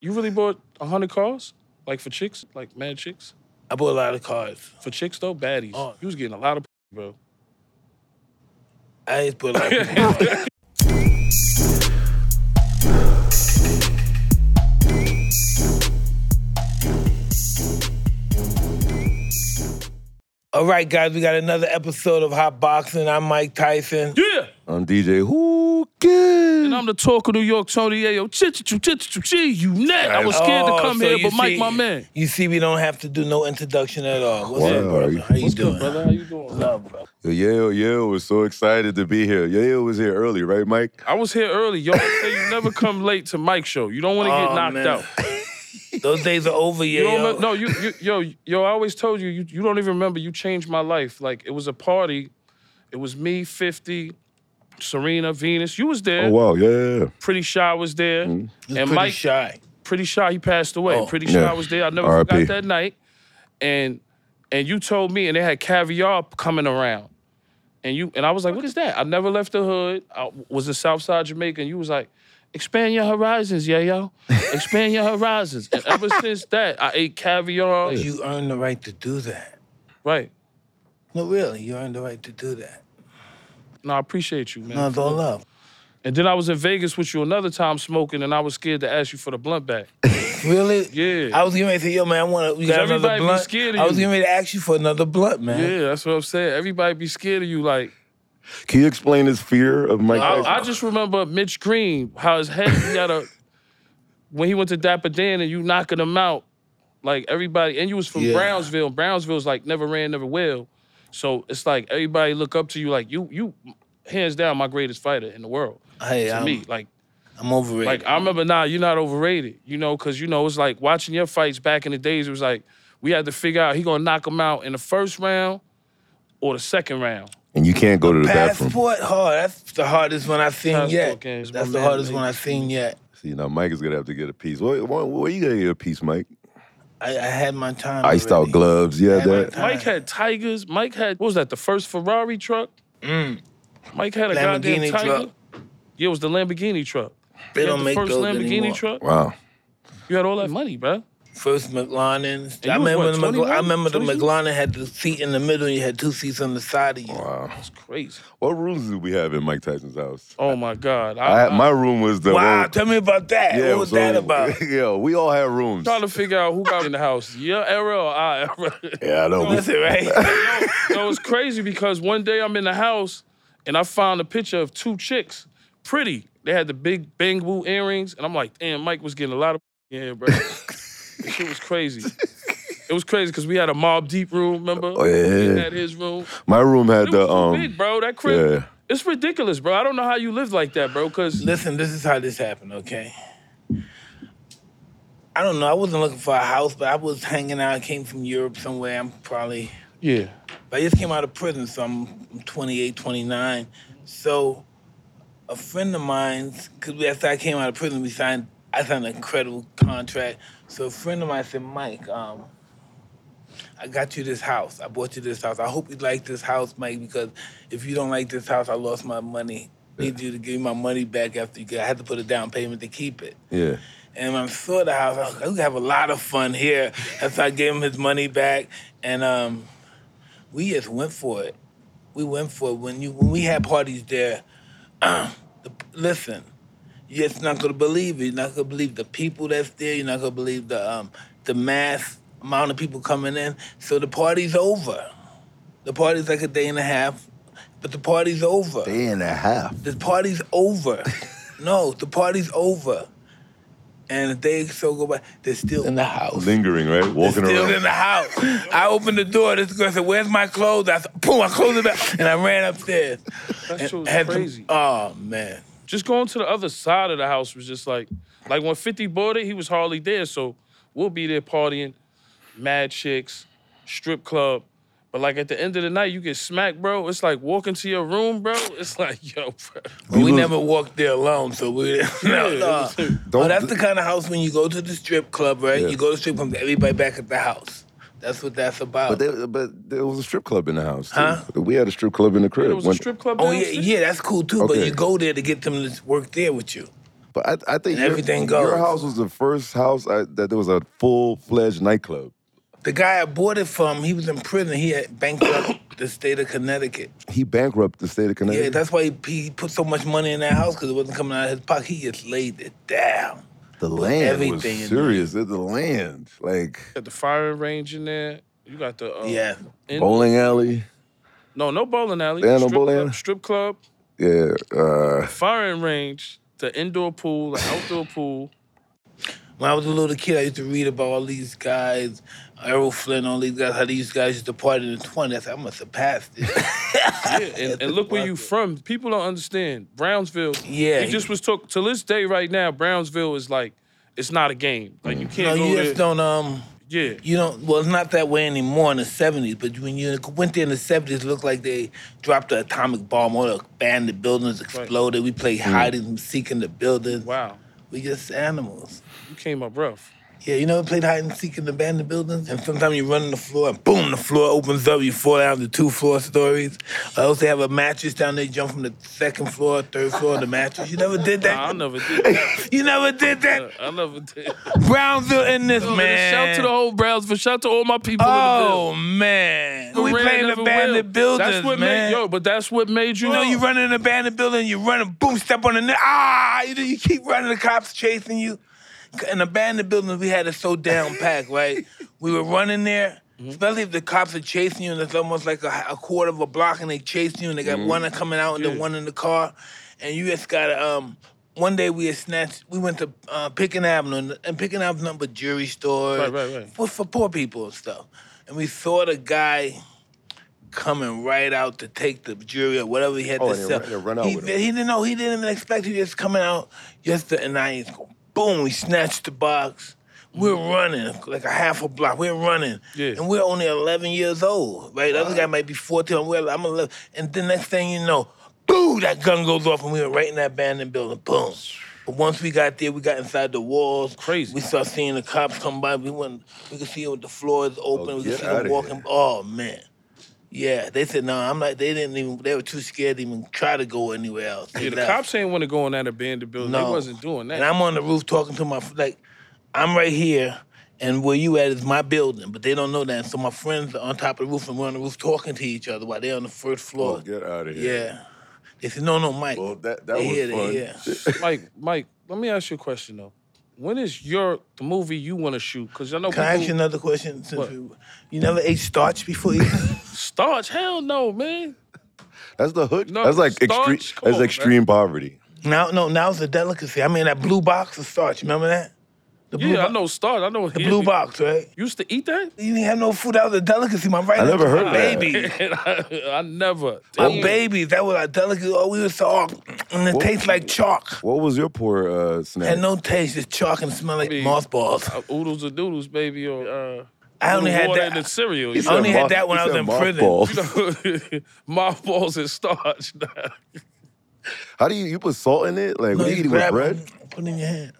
You really bought hundred cars, like for chicks, like mad chicks. I bought a lot of cars. For chicks though, baddies. Oh. You was getting a lot of, p- bro. I just bought a lot of cars. All right, guys, we got another episode of Hot Boxing. I'm Mike Tyson. Yeah. I'm DJ Hookin. And I'm the talk of New York, Tony Ayo. Chit-chit-chit, chit-chit-chit, you net. I was scared Oh, to come so here, you but Mike, see- my man. You see, we don't have to do no introduction at all. What's Wow, up, brother? are you- How you What's doing? Brother, how you doing? Love, bro. Yale, Yale was so excited to be here. Yale was here early, right, Mike? I was here early. Y'all say you never come late to Mike's show. You don't want to Oh, get knocked man. out. Those days are over, yeah. You don't yo. remember- no, you, you, yo, yo, I always told you, you, you don't even remember. You changed my life. Like it was a party. It was me, Fifty, Serena, Venus. You was there. Oh wow, yeah. Pretty Shy was there, You're and pretty Mike. shy. Pretty Shy, he passed away. Oh. Pretty Shy Yeah. was there. I never R.I.P. forgot that night. And and you told me, and they had caviar coming around. And you and I was like, what is that? I never left the hood. I was in Southside Jamaica, and you was like, expand your horizons, yeah, yo. Expand your horizons. And ever since that, I ate caviar. You earned the right to do that. Right. No, really, you earned the right to do that. No, I appreciate you, man. No, it's all love. And then I was in Vegas with you another time smoking, and I was scared to ask you for the blunt back. Really? Yeah. I was getting ready to say, yo, man, I want to. We got another everybody be blunt. scared of I was you. getting ready to ask you for another blunt, man. Yeah, that's what I'm saying. Everybody be scared of you, like. Can you explain his fear of Mike? Tyson? I, I just remember Mitch Green, how his head he had a when he went to Dapper Dan and you knocking him out, like everybody and you was from Yeah. Brownsville. Brownsville's like never ran, never will. So it's like everybody look up to you like you you hands down my greatest fighter in the world. Hey, To I'm, me. Like I'm overrated. like I remember now nah, you're not overrated, you know, cause you know, it's like watching your fights back in the days, it was like we had to figure out he gonna knock him out in the first round or the second round. and you can't go to the bathroom. Passport hard. That's the hardest one I've seen Passport yet. games, my That's the man, hardest man. one I've seen yet. See, now Mike is gonna have to get a piece. Where, where, where you gonna get a piece, Mike? I, I had my time. Iced out already. gloves, yeah, Hey, that. Mike- Mike had Tigers. Mike had what was that? The first Ferrari truck. Mike had a goddamn Mm. Lamborghini Tiger. truck. Yeah, it was the Lamborghini truck. They You had don't the make first those Lamborghini anymore. truck. Wow. You had all that money, bro. First McLaren's. And I you was, remember, what, the, Mc- 21, I remember the 22? McLaren had the seat in the middle and you had two seats on the side of you. Wow. That's crazy. What rooms did we have in Mike Tyson's house? Oh my God. I, I, am my room was the Wow, one- tell me about that. what was so- that about? yeah, we all had rooms. trying to figure out who got in the house. Your era or our era. Yeah, I know. We- That's it, right? no, it's crazy because one day I'm in the house and I found a picture of two chicks, pretty. They had the big bangoo earrings, and I'm like, damn, Mike was getting a lot of yeah, bro. Shit was crazy. It was crazy because we had a mob deep room, remember? Oh, yeah. He had his room. My room had It was the too um. big, bro. That crib. yeah. It's ridiculous, bro. I don't know how you live like that, bro. Cause Listen, this is how this happened, okay? I don't know. I wasn't looking for a house, but I was hanging out. I came from Europe somewhere. I'm probably yeah, I just came out of prison, so I'm I'm 28, 29. So a friend of mine's, because after I came out of prison, we signed, I signed an incredible contract. So a friend of mine said, Mike, um, I got you this house. I bought you this house. I hope you like this house, Mike, because if you don't like this house, I lost my money. Need you to give me my money back after you get. I had to put a down payment to keep it. Yeah. And when I saw the house, I was like, we could have a lot of fun here. And so I gave him his money back. And um, we just went for it. We went for it. When you when we had parties there, the, listen, you're just not gonna believe it. You're not gonna believe the people that's there, you're not gonna believe the um, the mass amount of people coming in. So the party's over. The party's like a day and a half, but the party's over. and a half. The party's over. no, the party's over. And the day so go by, they're still in the house. Lingering, right? Walking still around. in the house. I opened the door. This girl said, "Where's my clothes?" I said, "Boom!" I closed it back, and I ran upstairs. that And shit was had some- crazy. oh man, just going to the other side of the house was just like, like when 50 bought it, he was hardly there. So we'll be there partying, mad chicks, strip club. But like at the end of the night, you get smacked, bro. It's like walking to your room, bro. It's like, yo, bro. But You we was- never walked there alone, so we no. no. Don't- Oh, that's the kind of house when you go to the strip club, right? Yeah. You go to the strip club, everybody back at the house. That's what that's about. But there, but there was a strip club in the house. Too. Huh? We had a strip club in the crib. It was a When- strip club. oh yeah, downstairs? yeah, that's cool too. But Okay. you go there to get them to work there with you. But I, I think And your- everything Your goes. house was the first house I, that there was a full fledged nightclub. The guy I bought it from, he was in prison. He had bankrupt the state of Connecticut. He bankrupted the state of Connecticut. Yeah, that's why he, he put so much money in that house because it wasn't coming out of his pocket. He just laid it down. the land everything in was serious. The land, like Got the firing range in there. You got the uh, Yeah. in- bowling alley. no no bowling alley. Yeah, no strip bowling alley. club, strip club, Yeah, uh, firing range, the indoor pool, the outdoor pool. When I was a little kid, I used to read about all these guys, Errol Flynn, all these guys, how these guys used to party in the 20s. I said, I must have passed Yeah, it. and, and look where you from. People don't understand Brownsville. Yeah. we just was talk to this day right now. Brownsville is like it's not a game. Like you no, can't you go just there. don't, um, Yeah, you don't, well, it's not that way anymore in the 70s, but when you went there in the 70s, it looked like they dropped an atomic bomb or abandoned buildings exploded. We played hiding and seek in the buildings. Hmm. wow, We just animals. you came up rough. Yeah, you know, played hide and seek in abandoned buildings, and sometimes you run on the floor, and boom, the floor opens up. You fall down to two floor stories. I also have a mattress down there. You jump from the second floor, third floor, to the mattress. You never did Nah, I that. never did. That. You never did that. I never did. Brownsville in this man. Shout to the whole Brownsville. Shout to all my people. in the Ville. Oh man, we Ran playing never will. abandoned buildings, That's what man. made yo, but that's what made you. You know, up. you run in an abandoned building, you run and boom, step on the net. Ah, you, you keep running, the cops chasing you. In abandoned buildings, we had it so down packed, right? we were running there, Mm-hmm. especially if the cops are chasing you and it's almost like a, a quarter of a block and they chasing you and they got one coming out and Mm-hmm. Yeah. then one in the car. And you just gotta, um, one day we had snatched, we went to uh, Pickin Avenue and, and Pickin Avenue's nothing but jewelry stores. Right, right, right. For, for poor people and stuff. And we saw the guy coming right out to take the jury or whatever he had Oh, to and they sell. run- they run out he, with him. he didn't know. He didn't even expect he just coming out just to, and I just go boom. We snatched the box. We're Mm-hmm. running like a half a block. We're running, Yeah. and we're only 11 years old, right? The other guy might be 14. We're, I'm 11, and the next thing you know, boom, that gun goes off, and we were right in that abandoned building. Boom. But once we got there, we got inside the walls. Crazy. We start seeing the cops come by. We went. We could see it with the floors open. we get could see outta them here. walking. Oh man. Yeah, they said no. I'm like they didn't even. They were too scared to even try to go anywhere else. They Yeah, the left. cops ain't want to go in that abandoned building. No, They wasn't doing that. And I'm on the roof talking to my like, I'm right here, and where you at is my building, but they don't know that. So my friends are on top of the roof, and we're on the roof talking to each other while they're on the first floor. oh, get out of yeah. here. They said no, no, Mike. Well, that that They was hear, they fun. hear. Mike, Mike, let me ask you a question though. When is your the movie you want to shoot? Because I know Can I ask you people another question? Since What? we- you never ate starch before you. starch. Hell no, man. That's the hood. No, that's like starch, extreme. come That's on, extreme poverty. now, no, now's the delicacy. I mean, that blue box of starch. Remember that? The blue Yeah, I bo- know starch. I know The blue box, right? You used to eat that? You didn't have no food. That was a delicacy. My right I hand never was heard a of that. baby. I, never. Our Damn. babies, that was our delicacy. Oh, we was so oh, and it tastes like chalk. What was your poor uh, snack? Had no taste, just chalk and smell like mean- mothballs. Uh, oodles and doodles, baby, or uh, I only water had in the that. cereal. You He said only had that when he I was said in prison. mothballs. know? Mothballs and starch. How do you you put salt in it? Like No, we you eat it with grab bread? it, Put it in your hand.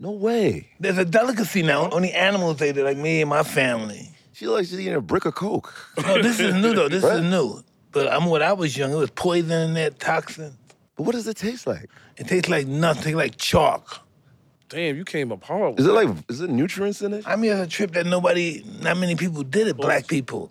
No way. There's a delicacy now. Only animals ate it, like me and my family. She like she's eating a brick of coke. No, this is new though. This Right. is new. But I'm when I was young, it was poison in that toxin. But what does it taste like? It tastes like nothing, like chalk. Damn, you came up hard. Is with it like is it nutrients in it? I mean, it's a trip that nobody, not many people did it. Black people.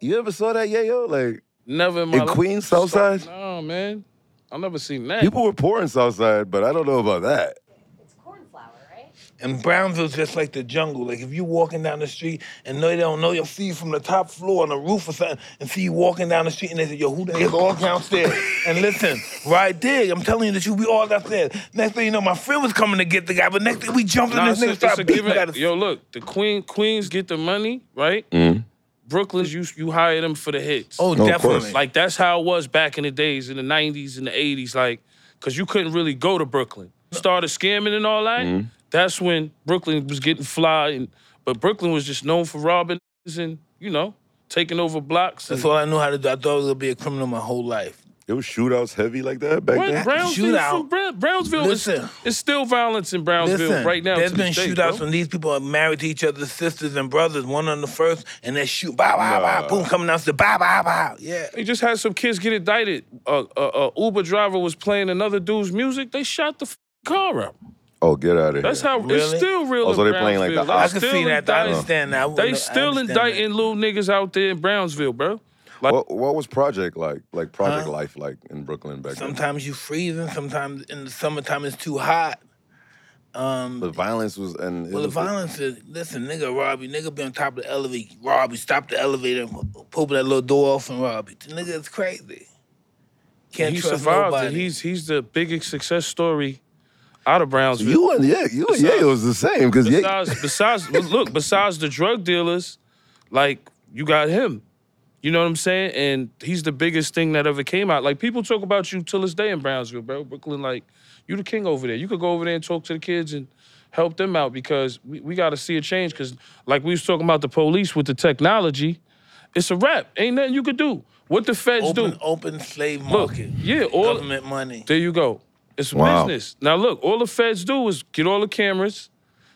You ever saw that? Yeah, yo, like Never in my in life. Queens, Southside. No, man. I never seen that. People were poor in Southside, but I don't know about that. It's corn flour, right? And Brownsville's just like the jungle. Like if you walking down the street and they don't know, you'll see you from the top floor on the roof or something, and see you walking down the street and they say, yo, who the hell's all downstairs? and listen, right there, I'm telling you that you be all downstairs. Next thing you know, my friend was coming to get the guy, but next thing we jumped Nah, in it's this a- nigga it's a started beating given- the guy. to- Yo, look, the Queen Queens get the money, right? Mm-hmm. Brooklyn's you you hire them for the hits. Oh, No, of definitely. course. like that's how it was back in the days in the '90s and the '80s, like because you couldn't really go to Brooklyn. Started scamming and all that. Mm-hmm. That's when Brooklyn was getting fly, and but Brooklyn was just known for robbing and you know taking over blocks. And, that's all I knew how to do. I thought I was gonna be a criminal my whole life. It was shootouts heavy like that back what then. Brownsville? Shootout. from Brown- Brownsville Listen. is it's still violence in Brownsville Listen, right now. there's to this been day, shootouts bro. when these people are married to each other's sisters and brothers, one on the first, and they shoot, bow, bow, Nah. bow, boom, coming out the bow, bow, bow. Yeah. They just had some kids get indicted. A uh, uh, uh, Uber driver was playing another dude's music. They shot the f- car up. Oh, get out of here. That's how it's Really? still real. Oh, so in they playing like the Brownsville. I op- I They can still see that. I indicting- understand that. I would- They I still understand that. indicting little niggas out there in Brownsville, bro. Like what, what was Project like? Like Project Uh, Life like in Brooklyn back then? Sometimes you freezing. Sometimes in the summertime it's too hot. The violence was and it Well, the was, violence is listen, nigga, Robbie, nigga be on top of the elevator. Robbie, stop the elevator, pull that little door off, and Robbie, the nigga is crazy. Can't he trust survived, nobody. and he's he's the biggest success story out of Brownsville. you and yeah, you and Besides- yeah, it was the same because yeah, besides besides well, look besides the drug dealers like you got him you know what i'm saying and he's the biggest thing that ever came out like people talk about you till this day in brownsville bro brooklyn like you the king over there you could go over there and talk to the kids and help them out because we, we got to see a change because like we was talking about the police with the technology it's a wrap ain't nothing you could do what the feds open, do open slave Look, market. yeah, all- government money. there you go. It's Wow. business. Now look, all the feds do is get all the cameras.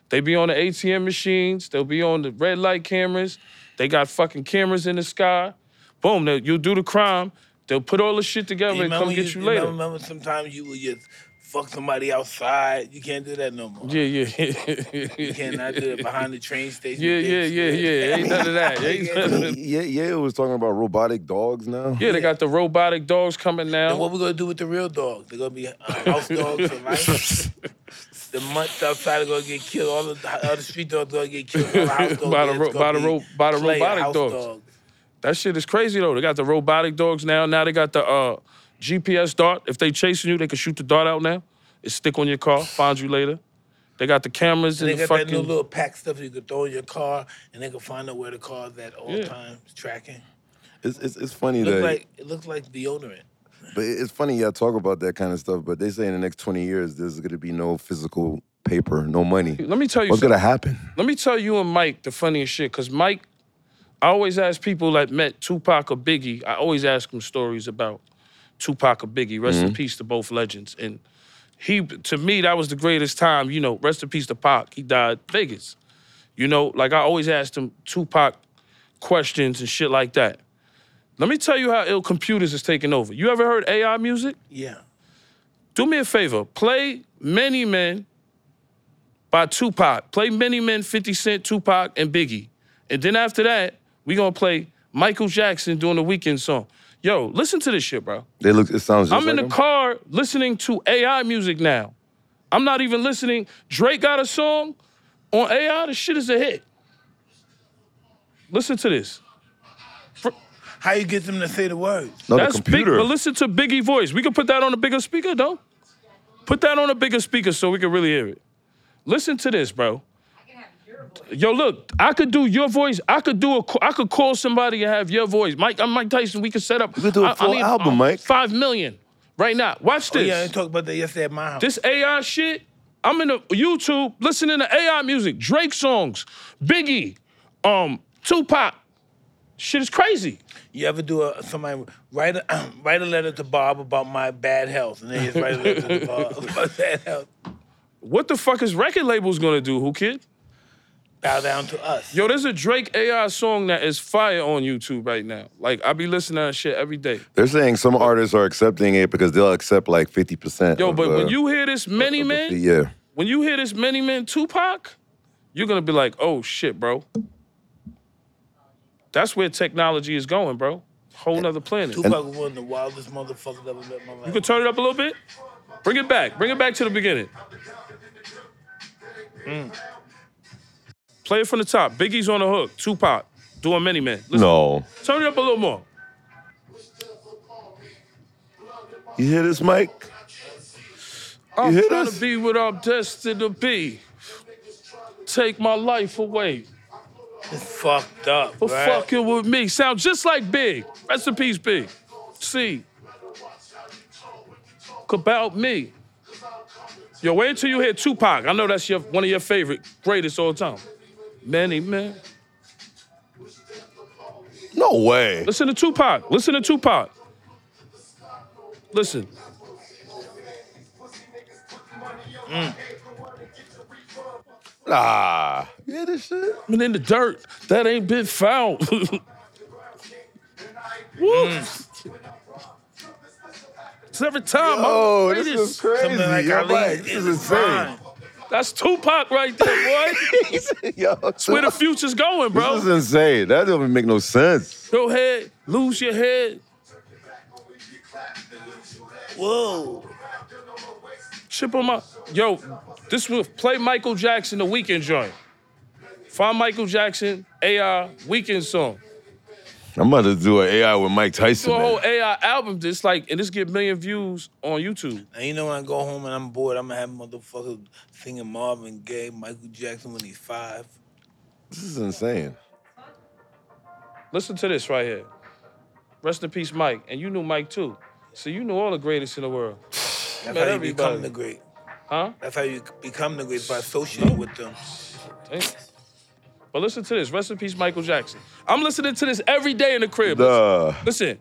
They be on the ATM machines. They'll be on the red light cameras. They got fucking cameras in the sky. Boom. They, you'll do the crime. They'll put all the shit together and come get you remember- later. Remember, sometimes you would just fuck somebody outside. You can't do that no more. Yeah, yeah, You cannot do it behind the train station. yeah, yeah, yeah, yeah. Ain't none of that. Ain't none of that. yeah, yeah, it was talking about robotic dogs now. Yeah, they got the robotic dogs coming And now. what we gonna do with the real dogs? They're gonna be uh, house dogs for life. the months outside are gonna get killed. All the other street dogs gonna get killed. All the house dogs By the it's ro- gonna by the be ro- by the player robotic house dogs. That shit is crazy though. They got the robotic dogs now. Now they got the uh, GPS dart. If they chasing you, they can shoot the dart out now. It stick on your car, find you later. They got the cameras They in the got that new fucking. little pack stuff you could throw in your car, and they can find out where the car's at all Yeah. times, tracking. It's, it's it's funny Look that like it looks like deodorant. But it- it's funny y'all talk about that kind of stuff. But they say in the next twenty years there's gonna be no physical paper, no money. Let me tell you What's something. gonna happen? Let me tell you and Mike the funniest shit, cause Mike, I always ask people that met Tupac or Biggie. I always ask them stories about Tupac or Biggie. Rest in peace to both legends. And he, to me, that was the greatest time. You know, rest in peace to Pac. He died Vegas. You know, like I always asked him Tupac questions and shit like that. Let me tell you how ill computers is taking over. You ever heard AI music? Yeah. Do me a favor. Play Many Men by Tupac. Play Many Men, 50 Cent, Tupac, and Biggie. And then after that, we gonna play Michael Jackson doing the weekend song. Yo, listen to this shit, bro. They look. It sounds. Just I'm in like the them. car listening to AI music now. I'm not even listening. Drake got a song on AI. The shit is a hit. Listen to this. How you get them to say the words? No, the That's big, computer. but listen to Biggie voice. We can put that on a bigger speaker, though. Put that on a bigger speaker so we can really hear it. Listen to this, bro. I can have your voice. Yo, look, I could do your voice. I could do a. I could call somebody and have your voice. Mike, I'm Mike Tyson. We could set up. We could do a full album, Mike. Five million, right now. Watch this. Oh, Yeah, I talked about that yesterday at my house. This AI shit, I'm in the YouTube listening to AI music, Drake songs, Biggie, um, Tupac. Shit is crazy. You ever do a somebody write a write a letter to Bob about my bad health, and then just write a letter to Bob about bad health. What the fuck is record labels gonna do? Who kid? Bow down to us. Yo, there's a Drake AI song that is fire on YouTube right now. Like I be listening to that shit every day. They're saying some artists are accepting it because they'll accept like fifty percent. uh, Yo, but when you hear this many men, yeah, when you hear this many men Tupac, you're gonna be like, oh shit, bro. That's where technology is going, bro. Whole nother planet. Tupac was one of the wildest motherfuckers I've ever met in my life. You can turn it up a little bit. Bring it back. Bring it back to the beginning. Play it from the top. Biggie's on the hook. Tupac doing many men. Listen, no. Turn it up a little more. You hear this, Mike? I'm hear trying this? to be what I'm destined to be. Take my life away. It's fucked up, For right? fucking with me. Sound just like Big. Rest in peace, Big. See. About me. Yo, wait until you hear Tupac. I know that's your one of your favorite, greatest all time. Many men. No way. Listen to Tupac. Listen to Tupac. Listen. Ah, you hear this shit? Been in the dirt. That ain't been found. Woo. every time. Oh, I'm the this greatest. is crazy. Something like yo, Ali Mike, this is insane. fine. That's Tupac right there, boy. yo, That's where the future's going, this is bro. insane. That doesn't make no sense. Go ahead, lose your head, Whoa. chip on my. Yo, this was play Michael Jackson the weekend joint. Find Michael Jackson AI weekend song. I'm about to do an AI with Mike Tyson. Do a man. whole AI album. Just like and this get million views on YouTube. And you know when I go home and I'm bored, I'm gonna have motherfuckers singing Marvin Gaye, Michael Jackson when he's five. This is insane. Listen to this right here. Rest in peace, Mike. And you knew Mike too. So you knew all the greatest in the world. That's Met how you become everybody. the great. Huh? That's how you become the great by associating with them. Damn. But listen to this. Rest in peace, Michael Jackson. I'm listening to this every day in the crib. Duh. Listen.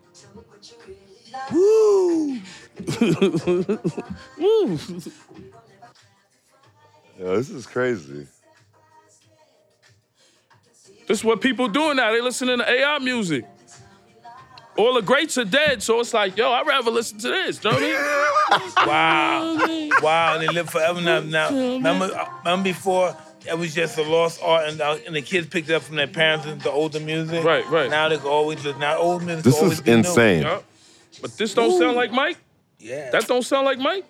Woo! Woo. Yo, this is crazy. This is what people doing now. They listening to AI music. All the greats are dead, so it's like, yo, I'd rather listen to this, don't you? Wow. Wow, they live forever now. Now, remember, uh, remember before it was just a lost art, and, uh, and the kids picked it up from their parents and the older music. Right, right. Now they can always listen. Now old music. This can always is be new. insane. Yup. But this don't sound like Mike. Yeah. That don't sound like Mike.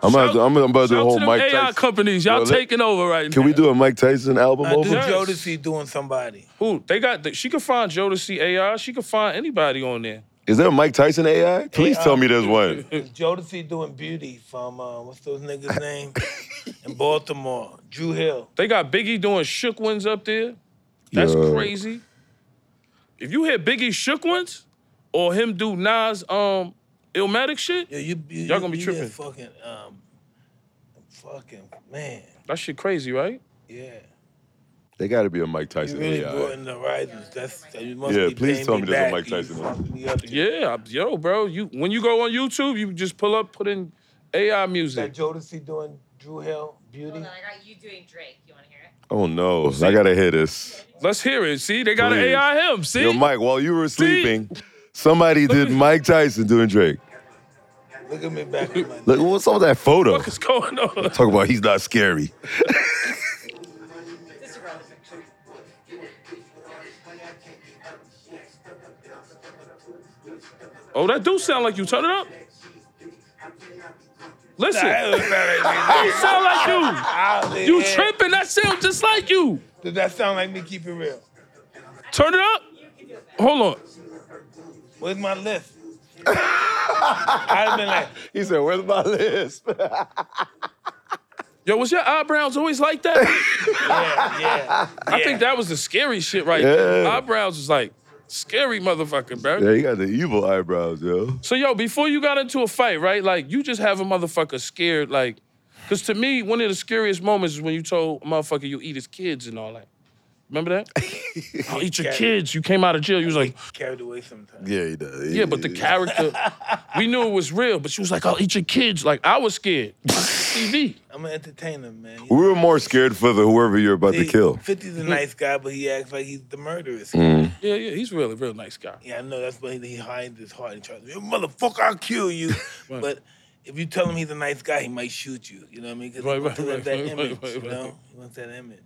I'm about to, I'm, I'm about to do a Shout whole to them Mike AI Tyson. companies. Y'all Yo, let- taking over right Can now. we do a Mike Tyson album now, do over? Yes. Jodeci doing somebody. Who? They got. The, she could find Jodeci AI. She could find anybody on there. Is there a Mike Tyson AI? Please tell me there's one. Jodeci doing Beauty from uh, what's those niggas' name in Baltimore? Drew Hill. They got Biggie doing shook ones up there. That's Yo. crazy. If you hear Biggie shook ones, or him do Nas um Illmatic shit, Yo, you, you, Y'all gonna be you get tripping. Fucking, um, fucking man. that shit crazy, right? Yeah. They got to be a Mike You Tyson really brought AI. in the horizons. That's that you must Yeah, be please paying tell me me this is back. Mike You Tyson. fucked me up. Yeah, I- yo, bro. You when you go on YouTube, you just pull up, put in AI That music. Jodeci doing Drew Hill Beauty. Hold on, I got you doing Drake. You want to hear it? Oh no, I gotta hear this. Let's hear it. See, they got an Please. AI him. See, Yo, Mike, while you were sleeping, somebody did Mike Tyson doing Drake. Look at me back. in my- Look, what's up with that photo? what's going on? Talk about he's not scary. This is a relevant picture. Oh, that do sound like you. Turn it up. Listen, That was better that sound like you. than me. You Yeah. tripping? That sound just like you. Did that sound like me? Keep it real. Turn it up. Hold on. Where's my list? I'd have been like, He said, "Where's my list?" Yo, was your eyebrows always like that? yeah, yeah. I think that was the scary shit right there. Yeah. Eyebrows was like scary motherfucker, bro. yeah, he got the evil eyebrows, yo. So yo, before you got into a fight, right? Like you just have a motherfucker scared, like, cause to me, one of the scariest moments is when you told a motherfucker you eat his kids and all that. Remember that? I'll eat your kids. You came out of jail. You was like, carried away sometimes. Yeah, he does. yeah, but the character, we knew it was real. But she was like, I'll eat your kids. Like I was scared. TV. I'm an entertainer, man. You We were more scared for the whoever you're about to see, kill. Mm-hmm. 50's a nice guy, but he acts like he's the murderous. Yeah, yeah, he's really, real nice guy. Yeah, I know. That's why he hides his heart and tries to be, motherfucker, I'll kill you. but if you tell him he's a nice guy, he might shoot you. You know what I mean? Because Right, he wants right, right, that right, image. right, right, you right. know? He wants that image.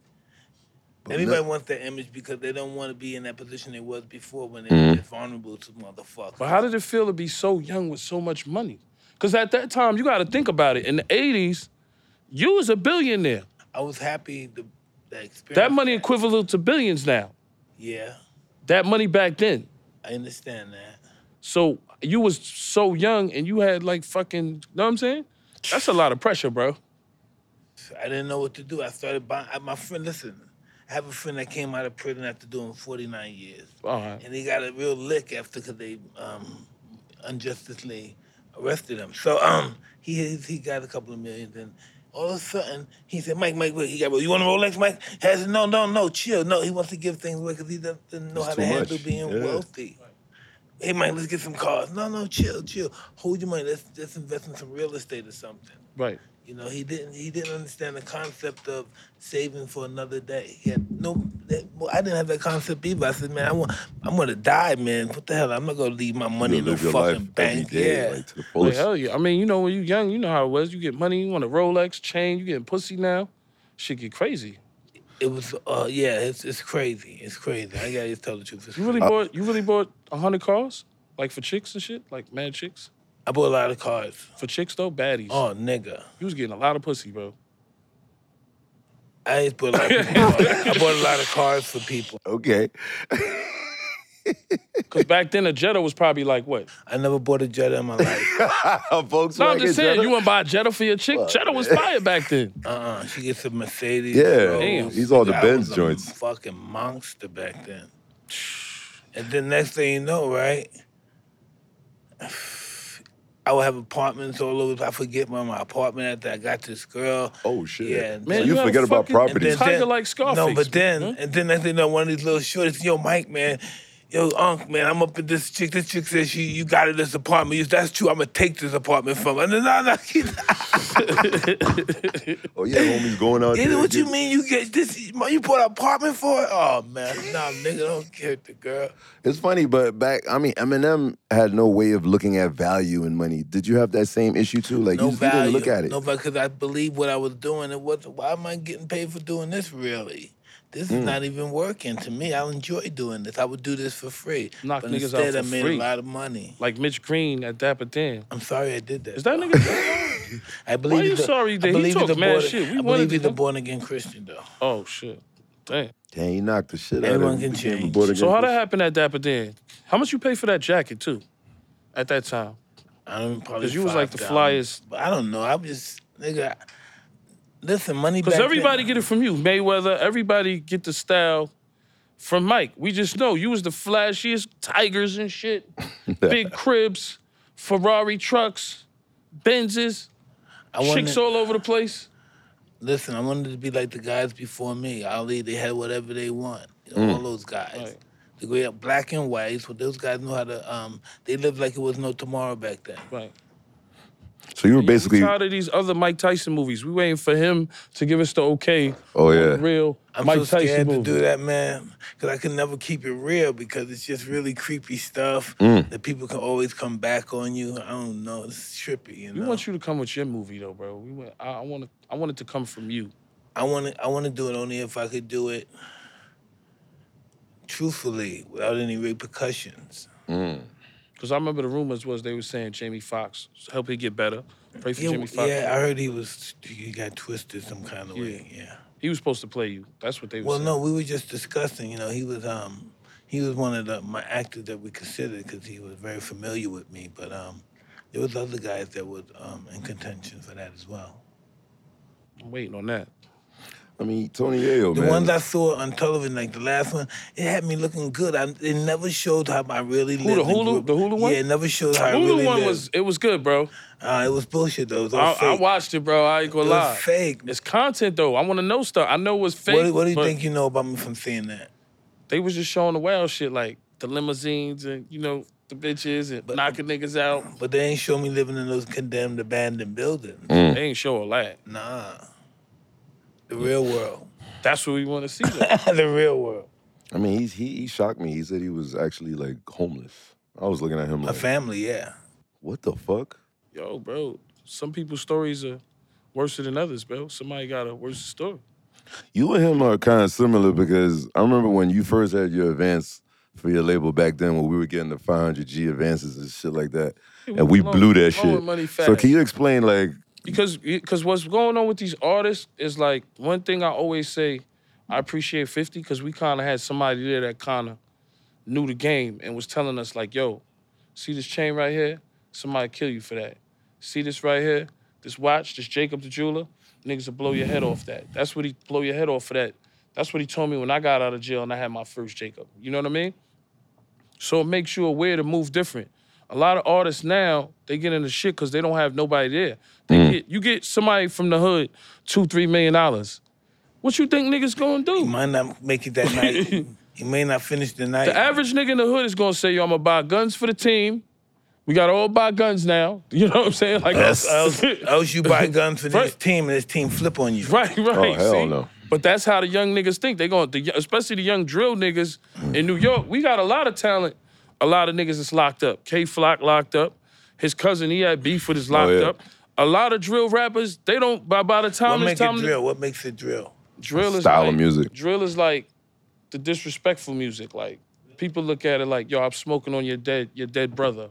Everybody wants that image because they don't want to be in that position they was before when they were vulnerable to motherfuckers. But how did it feel to be so young with so much money? Because at that time, you got to think about it. In the 80s, you was a billionaire. I was happy the, that experience. That money equivalent to billions now. Yeah, That money back then. I understand that. So you was so young and you had like fucking, you know what I'm saying? That's a lot of pressure, bro. I didn't know what to do. I started buying. I, my friend, listen, I have a friend that came out of prison after doing 49 years. All right. and he got a real lick after because they um, unjustly arrested him. So um, he he got a couple of millions, and all of a sudden he said, "Mike, Mike, wait, he got you want a Rolex, Mike?" I said, "No, no, no, chill. No, he wants to give things away because he doesn't doesn't know It's how too to handle much. being Yeah. wealthy." Hey, Mike, let's get some cars. No, no, chill, chill. Hold your money. Let's let's invest in some real estate or something. Right. You know, he didn't he didn't understand the concept of saving for another day. He had no, that, well, I didn't have that concept either. I said, man, I want, I'm gonna die, man. What the hell? I'm not gonna leave my money in You the live your fucking life bank. every day, yeah. like to the Like, fullest. hell yeah. I mean, you know, when you young, you know how it was. You get money, you want a Rolex chain, you getting pussy now. Shit get crazy. It was, uh, yeah, it's, it's crazy. It's crazy. I gotta just tell the truth. It's You really crazy. bought you really bought a hundred cars? Like for chicks and shit? Like mad chicks? I bought a lot of cars. For chicks though, baddies. Oh, nigga. You was getting a lot of pussy, bro. I just bought a lot of people. I bought a lot of cars for people. Okay. Cause back then a Jetta was probably like what? I never bought a Jetta in my life. Volkswagen. No, I'm just saying, Jetta? you wanna buy a Jetta for your chick? Jetta was fire back then. Uh-uh. She gets a Mercedes. Yeah, Rolls. Damn. he's all the I Benz was a joints. Fucking monster back then. And then next thing you know, right? I would have apartments all over. I forget where my apartment after I got this girl. Oh shit. Yeah, So man, you, you had a forget about fucking- and property. then- Tiger like Scarface, No, but then man. and then next thing you know, one of these little shorties, yo, Mike, man. Yo, Unc, man, I'm up at this chick. This chick says she, you got her this apartment. You, that's true. I'm gonna take this apartment from her. No, no, no. oh yeah, homie's going out. Either there, what you get- mean you get this? You bought an apartment for it? Oh man, nah, nigga, don't get the girl. It's funny, but back I mean Eminem had no way of looking at value in money. Did you have that same issue too? Like No you, you value. didn't look at it. No, because I believe what I was doing. It was why am I getting paid for doing this? Really, this Mm. is not even working to me. I enjoy doing this. I would do this for free. Knock but niggas out instead, for I made free. a lot of money. Like Mitch Green at Dapper Dan. I'm sorry I did that. Is that though. nigga? I believe Why you he's a- sorry I that he believe he's talk a mad born, shit? We I wanted believe to he's a know. born again Christian though. oh shit. Damn. Damn, he knocked the shit out Everyone of him. can He became a change. border So how gangster. that happen at Dapper Dan? How much you pay for that jacket too? At that time. I don't probably. 'Cause you was like the $5. flyest- But I don't know. I'm just nigga. I- Listen, money. Because back everybody then- get it from you. Mayweather, everybody get the style from Mike. We just know you was the flashiest tigers and shit, big cribs, Ferrari trucks, Benzes, I chicks wanted- all over the place. Listen, I wanted to be like the guys before me. Ali, they had whatever they want. You Mm. know, All those guys. Right. The great black and whites, but those guys knew how to. Um, they lived like it was no tomorrow back then. Right. So you were Basically, basically we tired of these other Mike Tyson movies. We waiting for him to give us the okay. Oh, on yeah. the real I'm Mike so Tyson scared movie. to do that, man, because I can never keep it real because it's just really creepy stuff Mm. that people can always come back on you. I don't know. It's trippy, you We know. want you to come with your movie though, bro. We want, I, I want it- I want it to come from you. I want to. I want to do it only if I could do it truthfully without any repercussions. Cause I remember the rumors was they were saying Jamie Foxx help he get better. Pray for Yeah, Jamie Foxx. yeah, I heard he was. He got twisted some kind of way. Yeah. He was supposed to play you. That's what they were Well, saying. no, we were just discussing. You know, he was um, he was one of the, my actors that we considered because he was very familiar with me. But um, there was other guys that was um, in contention for that as well. I'm waiting on that. I mean Tony Yayo, The man. ones I saw on television, like the last one, it had me looking good. I, it never showed how I really Who, lived. the and Hulu- grew up. the Hulu one? Yeah, it never showed how Hulu I really one lived. was it was good, bro. Uh, it was bullshit though. It was all I, fake. I watched it, bro. I ain't it gonna was lie. fake. It's content though. I want to know stuff. I know it's fake. what, what do you but think you know about me from seeing that? They was just showing the wild shit, like the limousines and you know the bitches and knocking niggas out. But they ain't show me living in those condemned abandoned buildings. They ain't show a lot. Nah. The real world. That's what we want to see. Though. the real world. I mean he's, he he shocked me. He said he was actually like homeless. I was looking at him A like, family, yeah. what the fuck? Yo, bro. Some people's stories are worse than others, bro. Somebody got a worse story. You and him are kind of similar because I remember when you first had your advance for your label back then when we were getting the 500G advances and shit like that. and we blowing- blew that blowing shit. money so fast. can you explain like because because what's going on with these artists is like one thing I always say. I appreciate Fifty because we kind of had somebody there that kind of knew the game and was telling us like, "Yo, see this chain right here? Somebody kill you for that. See this right here? This watch, this Jacob the jeweler, niggas will blow your head off that. That's what he blow your head off for that. That's what he told me when I got out of jail and I had my first Jacob. You know what I mean? So it makes you aware to move different. A lot of artists now they get into shit because they don't have nobody there. They get, you get somebody from the hood, two three million dollars. What you think niggas gonna He do? might not make it that night. he may not finish the night. The average nigga in the hood is gonna say, "Yo, I'm gonna buy guns for the team. We got to all buy guns now. You know what I'm saying? Like, Yes. Else, else you buy guns for this Right. team and this team flip on you. Right, right. Oh, hell see? no. But that's how the young niggas think. They going, the, especially the young drill niggas in New York. We got a lot of talent. A lot of niggas is locked up. K. Flock locked up. His cousin E he had beef with is locked Oh, yeah. up. A lot of drill rappers, they don't. By, by the What time it's makes it time to- drill? What makes it drill? drill is Style of like- music. Drill is like the disrespectful music. Like people look at it like, yo, I'm smoking on your dead, your dead brother.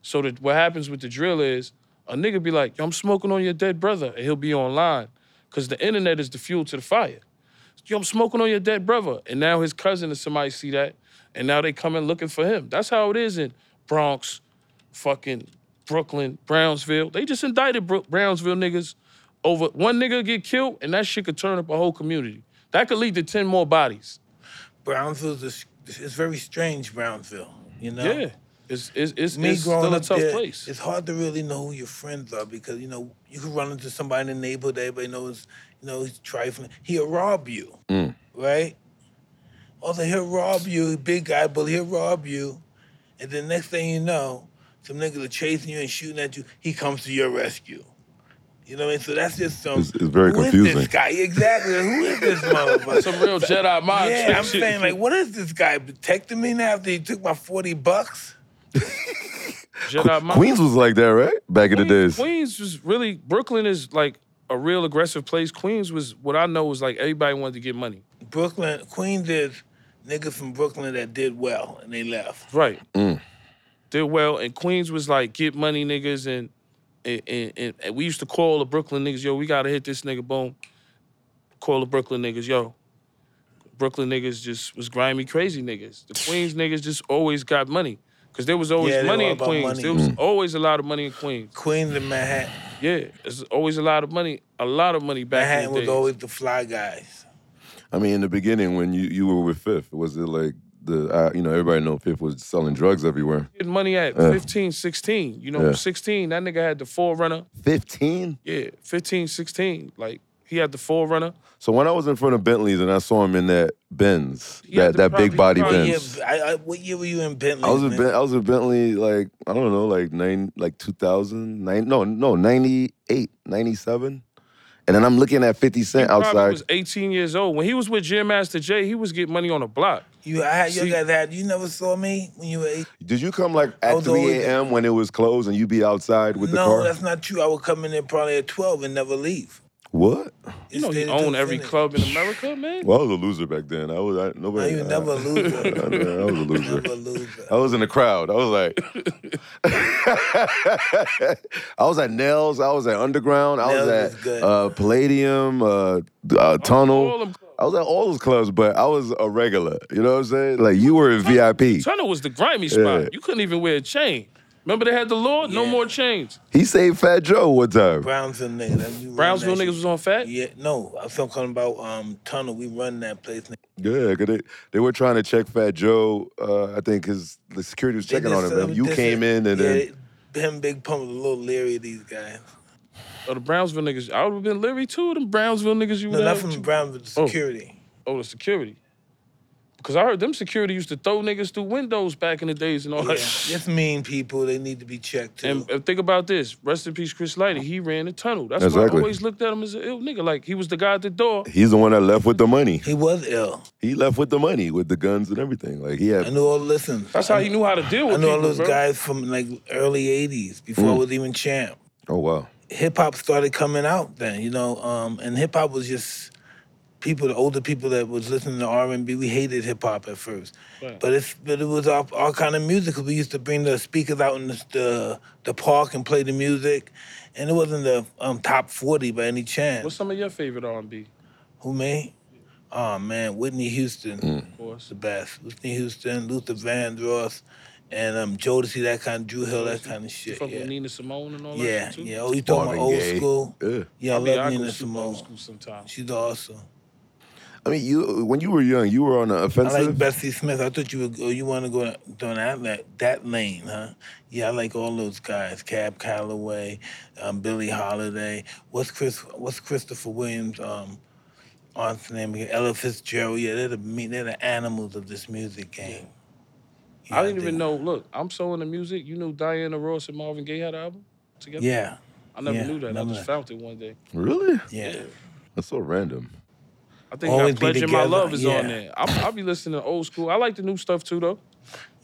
So that what happens with the drill is a nigga be like, yo, I'm smoking on your dead brother, and he'll be online, cause the internet is the fuel to the fire. Yo, I'm smoking on your dead brother, and now his cousin or somebody see that, and now they coming looking for him. That's how it is in Bronx, fucking Brooklyn, Brownsville. They just indicted Bro- Brownsville niggas over one nigga get killed, and that shit could turn up a whole community. That could lead to ten more bodies. Brownsville's a, it's very strange. Brownsville, you know. Yeah, it's it's it's, me it's growing still a up tough there, place. it's hard to really know who your friends are because you know you can run into somebody in the neighborhood. Everybody knows, you know, he's trifling. He'll rob you, Mm. right? Also, he'll rob you. Big guy, but he'll rob you, and then next thing you know, some niggas are chasing you and shooting at you. He comes to your rescue. You know what I mean? So that's just some. It's- it's very who is confusing. this guy exactly? Who is this motherfucker? Some real Jedi mind Yeah, trick I'm shit. saying like, what is this guy protecting me now after he took my forty bucks? Jedi mind. Queens was like that, right? Back in the Queens, days. Queens was really Brooklyn is like a real aggressive place. Queens was what I know was like everybody wanted to get money. Brooklyn, Queens is niggas from Brooklyn that did well and they left. Right. Did well, and Queens was like get money niggas, and and, and and- and we used to call the Brooklyn niggas, yo, we gotta hit this nigga, boom. Call the Brooklyn niggas, yo. Brooklyn niggas just was grimy, crazy niggas. The Queens niggas just always got money, cause there was always Yeah, they money were in about Queens. money. There was always a lot of money in Queens. Queens and Manhattan, Yeah, there's always a lot of money, a lot of money back in Manhattan the was days. always the fly guys. I mean, in the beginning when you, you were with Fifth, was it like the uh, you know everybody know Fifth was selling drugs everywhere. Getting money at 15, 16. You know, Yeah. 16, that nigga had the forerunner. Fifteen. Yeah, 15, 16. Like, he had the forerunner. So when I was in front of Bentleys and I saw him in that Benz, Yeah, that, the that big probably- body probably, Yeah, Benz. I, I, what year were you in Bentley? I was a man? ben, I was a Bentley like I don't know like nine like 2000 nine, no no 98 97 and then I'm looking at 50 Cent Probably outside was 18 years old. When he was with Jam Master Jay, he was getting money on the block. You, I had you See- guys had. You never saw me when you were eight. Did you come like I at was 3 always- a.m. when it was closed and you be outside with the no, car? that's not true. I would come in there probably at twelve and never leave. What? You know, he Just stayed owned until every finished. club in America, man. Well, I was a loser back then. I was I, No, nobody. you never a I, I, loser. I was a loser. never a loser. I was in the crowd. I was like, I was at Nails. I was at Underground. I Nails was was at good. uh, Palladium, uh, uh, Tunnel. All them clubs. I was at all those clubs, but I was a regular. You know what I'm saying? Like you were a VIP. Tunnel was the grimy spot. Yeah. You couldn't even wear a chain. Remember they had the law? No Yeah. more chains. He saved Fat Joe one time. Brownsville niggas. that- you run Brownsville that niggas shit. was on fat. Yeah, no, I'm talking about um tunnel. We run that place. Nigga. Yeah, cause they, they were trying to check Fat Joe. Uh, I think because the security was checking They on just him. said, And you this came is- in and yeah, then they- him, Big Pump, was a little leery of these guys. Or Oh, the Brownsville niggas. I would have been leery too. Them Brownsville niggas you No, would not have. from Brown, but Oh. security. Oh, the security. Because I heard them security used to throw niggas through windows back in the days and all Yeah, that. shit. just mean people. They need to be checked too. And uh, think about this. Rest in peace, Chris Lighty. He ran the tunnel. That's why Exactly. I always looked at him as an ill nigga. Like he was the guy at the door. he's the one that left with the money. he was ill. He left with the money, with the guns and everything. Like he I had. knew all. Listen, That's how he knew how to deal with I knew all people, those bro. guys from like early '80s before Mm. I was even champ. Oh wow. Hip hop started coming out then, you know, um, and hip hop was just people, the older people that was listening to R and B. We hated hip hop at first, Right. but it's but it was our, our kind of music. 'cause we used to bring the speakers out in the the, the park and play the music, and it wasn't the um, top forty by any chance. What's some of your favorite R&B? Who me? Oh man, Whitney Houston Mm. Of course. the best. Whitney Houston, Luther Vandross, and um, Jodeci, that kind of Drew Hill, that kind of shit. Fuck Yeah, with Nina Simone and all yeah, that shit too. yeah. Oh, you talking about Marvin old Gaye. school? Yeah. Yeah, I I mean, love I go Nina super old Simone. school sometimes. She's awesome. I mean, you when you were young, you were on the I like offensive. Bessie Smith. I thought you would. Oh, you want to go down that la- that lane, huh? Yeah, I like all those guys: Cab Calloway, um, Billie Holiday. What's Chris? What's Christopher Williams? Um, aunt's name? Ella Fitzgerald. Yeah, they're the me- they're the animals of this music game. I I didn't even think- know. Look, I'm so into music. You knew Diana Ross and Marvin Gaye had an album together. Yeah, I never yeah, knew that. I never just found it one day. Really? yeah. That's so random. I think I Always be Pledging My together, Love is on yeah. there. I'll, I'll be listening to old school. I like the new stuff too, though.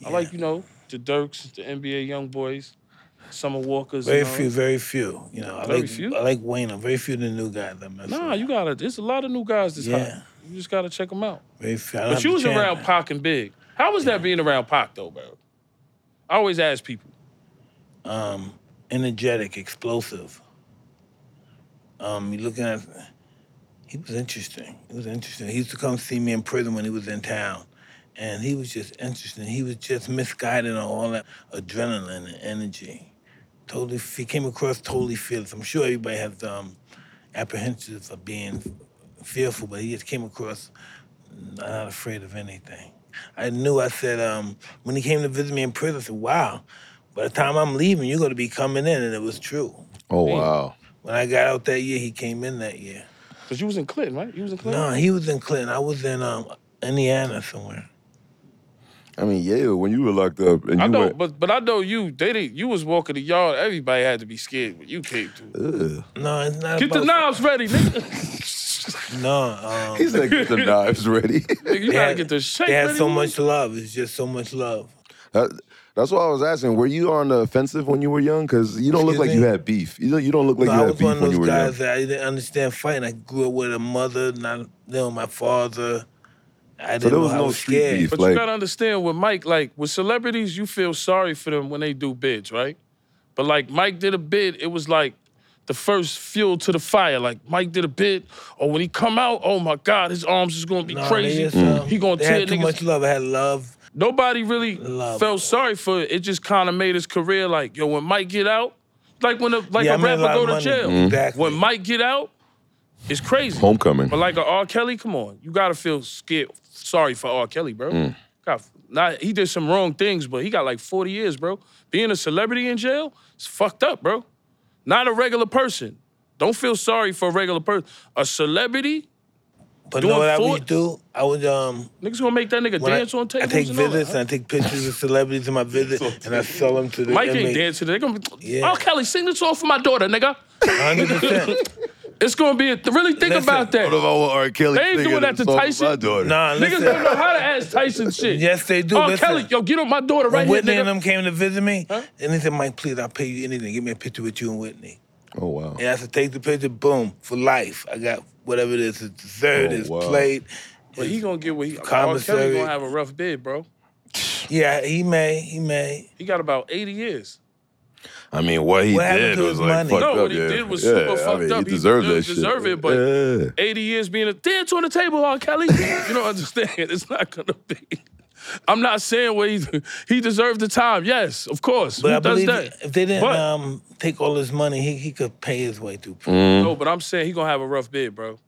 I like, you know, the Dirks, the NBA Young Boys, Summer Walkers. Very and all few, that. very few. You know, I Very like few? I like Wayne. I'm very few of the new guys. I mess Nah, with. you gotta. There's a lot of new guys this Yeah. hot. You just gotta check them out. very few. I don't But have you the was chance. around Pac and Big. How was that being around Pac though, bro? I always ask people. um, energetic, explosive. Um, you looking at, he was interesting. He was interesting. He used to come see me in prison when he was in town, and he was just interesting. He was just misguided on all that adrenaline and energy. Totally, he came across totally fearless. I'm sure everybody has um, apprehensions of being fearful, but he just came across not afraid of anything. I knew. I said um, when he came to visit me in prison, I said, "Wow, by the time I'm leaving, you're gonna be coming in," and it was true. Oh wow. When I got out that year, he came in that year. Cause you was in Clinton, right? You was in Clinton. No, he was in Clinton. I was in um, Indiana somewhere. I mean, yeah, when you were locked up and you I know, went, but but I know you. They didn't. You was walking the yard. Everybody had to be scared when you came through. Ugh. No, it's not. Get the about- knives ready, nigga. No, he um, said, "Get the knives ready." Nigga, you They gotta had- get the shake they had ready, so nigga. much love. It's just so much love. That- that's why I was asking. Were you on the offensive when you were young? Because you don't look Excuse like you me? had beef. You don't, you don't look like No, you I had was one beef of when those you were young. guys that I didn't understand fighting. I grew up with a mother, not then with my father. I didn't there know was I no was street scared. beef. But Like- you gotta understand with Mike, like with celebrities, you feel sorry for them when they do bids, right? But like Mike did a bid, it was like the first fuel to the fire. Like Mike did a bid, or when he come out, oh my God, his arms is gonna be No, crazy. they just, Mm. um, He gonna they tear had too niggas. much love. I had love. Nobody really Love. felt sorry for it. It just kind of made his career like, yo, when Mike get out, like when a, like Yeah, I a made a rapper lot go of to money. jail. Mm-hmm. Mhm. Exactly. When Mike get out, it's crazy. Homecoming. But like a R. Kelly, come on, you gotta feel scared, sorry for R. Kelly, bro. God, not he did some wrong things, but he got like 40 years, bro. Being a celebrity in jail, it's fucked up, bro. Not a regular person. Don't feel sorry for a regular person. A celebrity, But Doing know what I four- would do? I would um niggas gonna make that nigga when I- dance on I tables. take and all that, visits huh? and I take pictures of celebrities in my visit and I sell them to the Mike ain't inmates. dancing. They're gonna be, Yeah. oh, Kelly, sing the song for my daughter, nigga. 100%. It's gonna be, a, really think Listen, about that. What about what R. Kelly? They ain't singing doing that to song about Tyson. My daughter. nah, Niggas don't listen. know how to ask Tyson shit. Yes, they do. Oh, listen. Kelly, yo, get on my daughter right when here, Whitney nigga. and them came to visit me, and they said, Mike, please, I'll pay you anything. Give me a picture with you and Whitney. Oh wow. And I said, take the picture, boom, for life. I got whatever it is, it's dessert, Oh, it's wow. plate. But he gonna get what he. R. Kelly Commissary. gonna have a rough bid, bro. Yeah, he may, he may. He got about 80 years. I mean, what he What happened did to was his like money? fucked No, up. what he yeah. did was yeah, super I fucked mean, up. He He deserved that didn't shit. deserve it, but- yeah. 80 years being a dance on the table, R. Kelly. you don't understand. It's not gonna be. I'm not saying what he he deserved the time. Yes, of course. But Who I does believe that? if they didn't But- um, take all his money, he, he could pay his way through. Mm. No, but I'm saying he gonna have a rough bid, bro.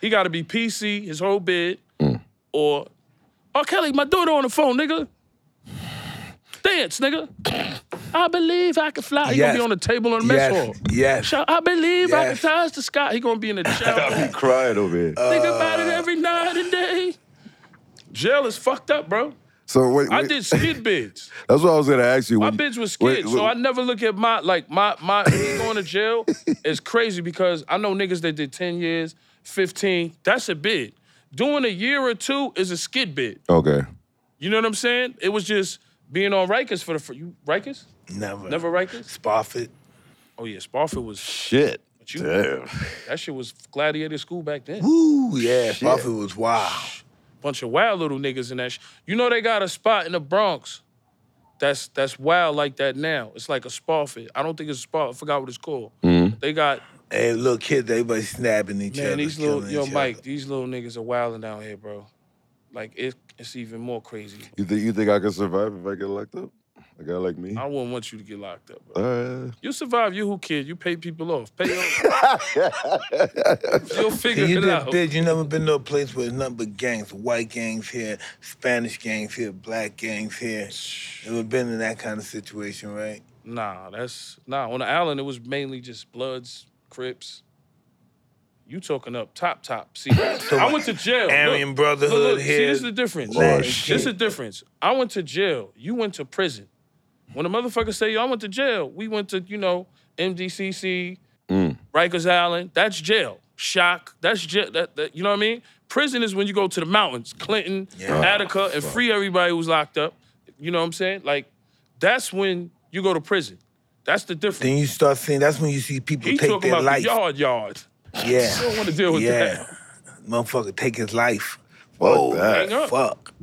He gotta be PC his whole bid, or oh Kelly, my daughter on the phone, nigga. Dance, nigga. I believe I can fly. He Yes. gonna be on the table on the mess Yes, hall. yes. Shall I believe I can Yes. touch the sky. He gonna be in the I jail. be crying over here. Think about it every night and day. Jail is fucked up, bro. so wait, I wait, did skid bids. That's what I was gonna ask you. My when you- bitch was wait, scared, so wait, I never look at my like my my me going to jail is crazy because I know niggas that did 10 years, 15. That's a bid. Doing a year or two is a skid bid. Okay. You know what I'm saying? It was just being on Rikers for the fir- you Rikers? Never. Never Rikers? Spofford. Oh yeah, Spofford was Shit. you- Damn. that shit was gladiator school back then. Woo, yeah, Spofford was wild. bunch of wild little niggas in that. Sh- you know they got a spot in the Bronx that's that's wild like that now. It's like a Spofford. I don't think it's a Spofford. I forgot what it's called. They got Hey, little kids, everybody snapping each other. man, these little killing yo each Mike, other. these little niggas are wilding out here, bro. Like it, it's even more crazy. You think you think I could survive if I get locked up? A guy like me. I wouldn't want you to get locked up, bro. Uh, You survive, you who kid? You pay people off. Pay your, you'll figure You it just out. did. You never been to a place where it's nothing but gangs. White gangs here, Spanish gangs here, black gangs here. Never been in that kind of situation, right? Nah, that's nah. On the island, it was mainly just Bloods, Crips, You talking up top top. See, I went to jail. Aryan Look, Brotherhood look, look, See, here. this is the difference. Oh, this shit. is the difference. I went to jail. You went to prison. When a motherfucker say, "Yo, I went to jail," we went to you know MDCC, Mm. Rikers Island. That's jail. Shock. That's jail. That, that you know what I mean. Prison is when you go to the mountains, Clinton, Attica, and free everybody who's locked up. You know what I'm saying? Like, that's when you go to prison. That's the difference. Then you start seeing. That's when you see people He take talking their about life. the yard yards. Yeah. I don't want to deal with yeah. that. Motherfucker, take his life. Whoa, that. Hang up. fuck.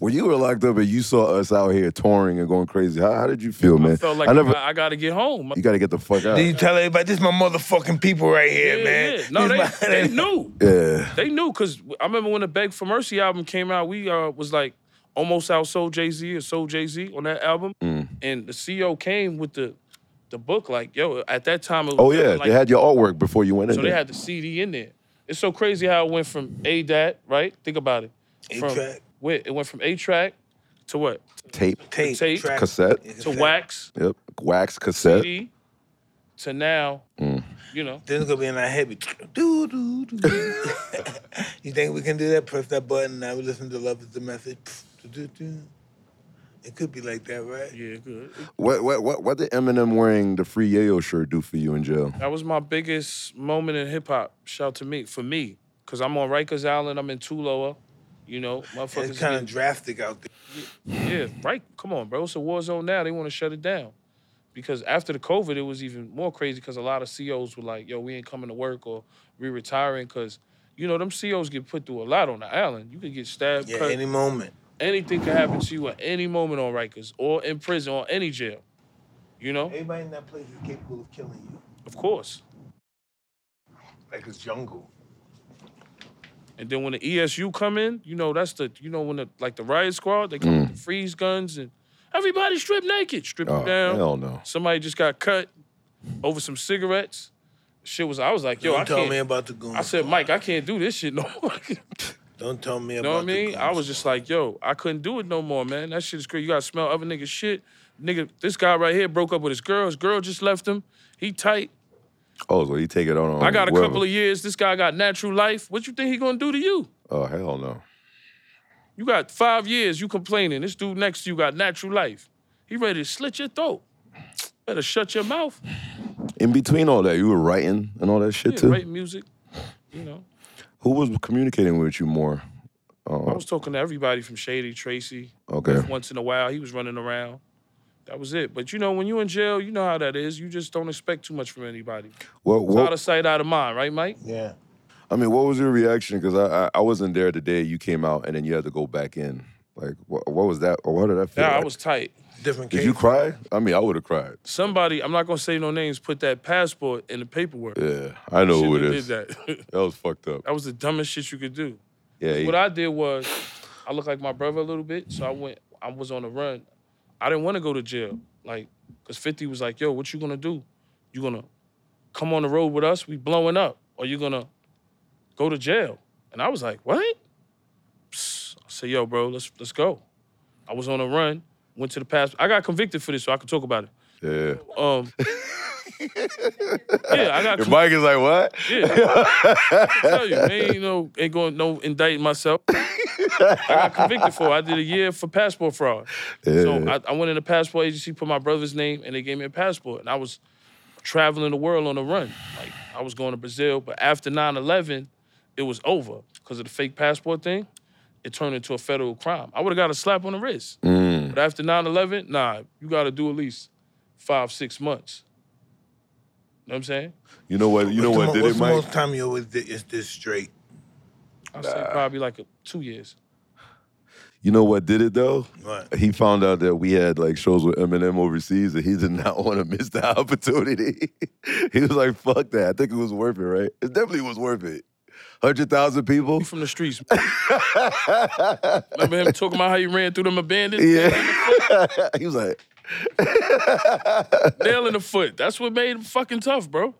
When you were locked up and you saw us out here touring and going crazy, how, how did you feel, man? I felt like I never. I, got to get home. you got to get the fuck out. Then you tell everybody, this is my motherfucking people right here, yeah, man. yeah. No, These they, my- they knew. yeah. They knew because I remember when the Beg for Mercy album came out, we uh, was like almost out Soul Jay Z or Soul Jay Z on that album, Mm. and the CEO came with the the book like, yo, at that time it was Oh yeah, like, they had your artwork before you went in so they there. had the CD in there. It's so crazy how it went from A dat right? Think about it. From- A-Track. Wait, it went from A track to what? Tape, Tape, Tape, track, cassette. To wax, Yep. Wax cassette. CD, to now. mm. You know. Then it's gonna be in our head. be Doo, doo, doo, doo. you think we can do that? Press that button. Now we listen to "Love Is the Message." Doo, doo, doo. It could be like that, right? Yeah, good. What what what what did Eminem wearing the free Yayo shirt do for you in jail? That was my biggest moment in hip hop. Shout to me for me, cause I'm on Rikers Island. I'm in Tuloa. You know, It's motherfuckers. kind of drastic out there. yeah, right. Come on, bro. It's a war zone now. They want to shut it down because after the COVID, it was even more crazy because a lot of COs were like, "Yo, we ain't coming to work or we retiring," cause you know them COs get put through a lot on the island. You could get stabbed, Yeah, cut. any moment. Anything could happen to you at any moment on Rikers or in prison or any jail. You know, Everybody in that place is capable of killing you. of course. Like it's jungle. And then when the ESU come in, you know that's the you know when the like the riot squad they come with the freeze guns and everybody stripped naked, strip Mm. Oh, you down. hell no. Somebody just got cut over some cigarettes. Shit was I was like, yo, Don't I tell can't. me about the goons. I said, Mike, I can't do this shit no more. you Don't tell me about know what I the mean? goons. I was just like, yo, I couldn't do it no more, man. That shit is crazy. You gotta smell other niggas shit. Nigga, this guy right here broke up with his girl. His girl just left him. He tight. Oh, so he take it on. on I got a whoever. couple of years. This guy got natural life. What you think he gonna do to you? Oh hell no. You got five years, you complaining. This dude next to you got natural life. He ready to slit your throat. Better shut your mouth. In between all that, you were writing and all that shit Yeah, too. great music. You know, Who was communicating with you more? I was talking to everybody from Shady Tracy. Okay. Once in a while, he was running around. That was it. But you know, when you in jail, you know how that is. You just don't expect too much from anybody. What It's out what of sight, out of mind, right, Mike? Yeah. I mean, what was your reaction? Because I, I I wasn't there the day you came out, and then you had to go back in. Like, what, what was that? Or what did that feel? Yeah, I like? was tight. Different Did case. you cry? I mean, I would have cried. Somebody, I'm not gonna say no names, put that passport in the paperwork. Yeah, I know who it Shouldn't have is. That. Did that. was fucked up. that was the dumbest shit you could do. Yeah, he- What I did was, I looked like my brother a little bit, so I went. I was on the run. I didn't want to go to jail, like, cause Fifty was like, "Yo, what you gonna do? You gonna come on the road with us? We blowing up, or you gonna go to jail?" And I was like, "What?" Psst. I said, "Yo, bro, let's let's go." I was on a run. Went to the past. I got convicted for this, so I could talk about it. yeah. Um, yeah, I got. Your Mike is like, what? Yeah. I tell you, man, ain't no ain't going no indict myself. I got convicted for. it. I did a year for passport fraud. So I, I went in the passport agency, put my brother's name, and they gave me a passport. And I was traveling the world on the run. Like I was going to Brazil, but after 9-11, it was over because of the fake passport thing. It turned into a federal crime. I would have got a slap on the wrist. But after 9-11, nah, you gotta do at least five, six months. You know what I'm saying? You know what? You know What's what the did mo- it, what's the Mike? most time you always did is this straight? I say probably like a, two years. You know what did it though? What? He found out that we had like shows with Eminem overseas, and he did not want to miss the opportunity. he was like, "Fuck that! I think it was worth it, right? It definitely was worth it. Hundred thousand people. He from the streets. Remember him talking about how he ran through them abandoned Yeah. he was like, nail in the foot. That's what made him fucking tough, bro.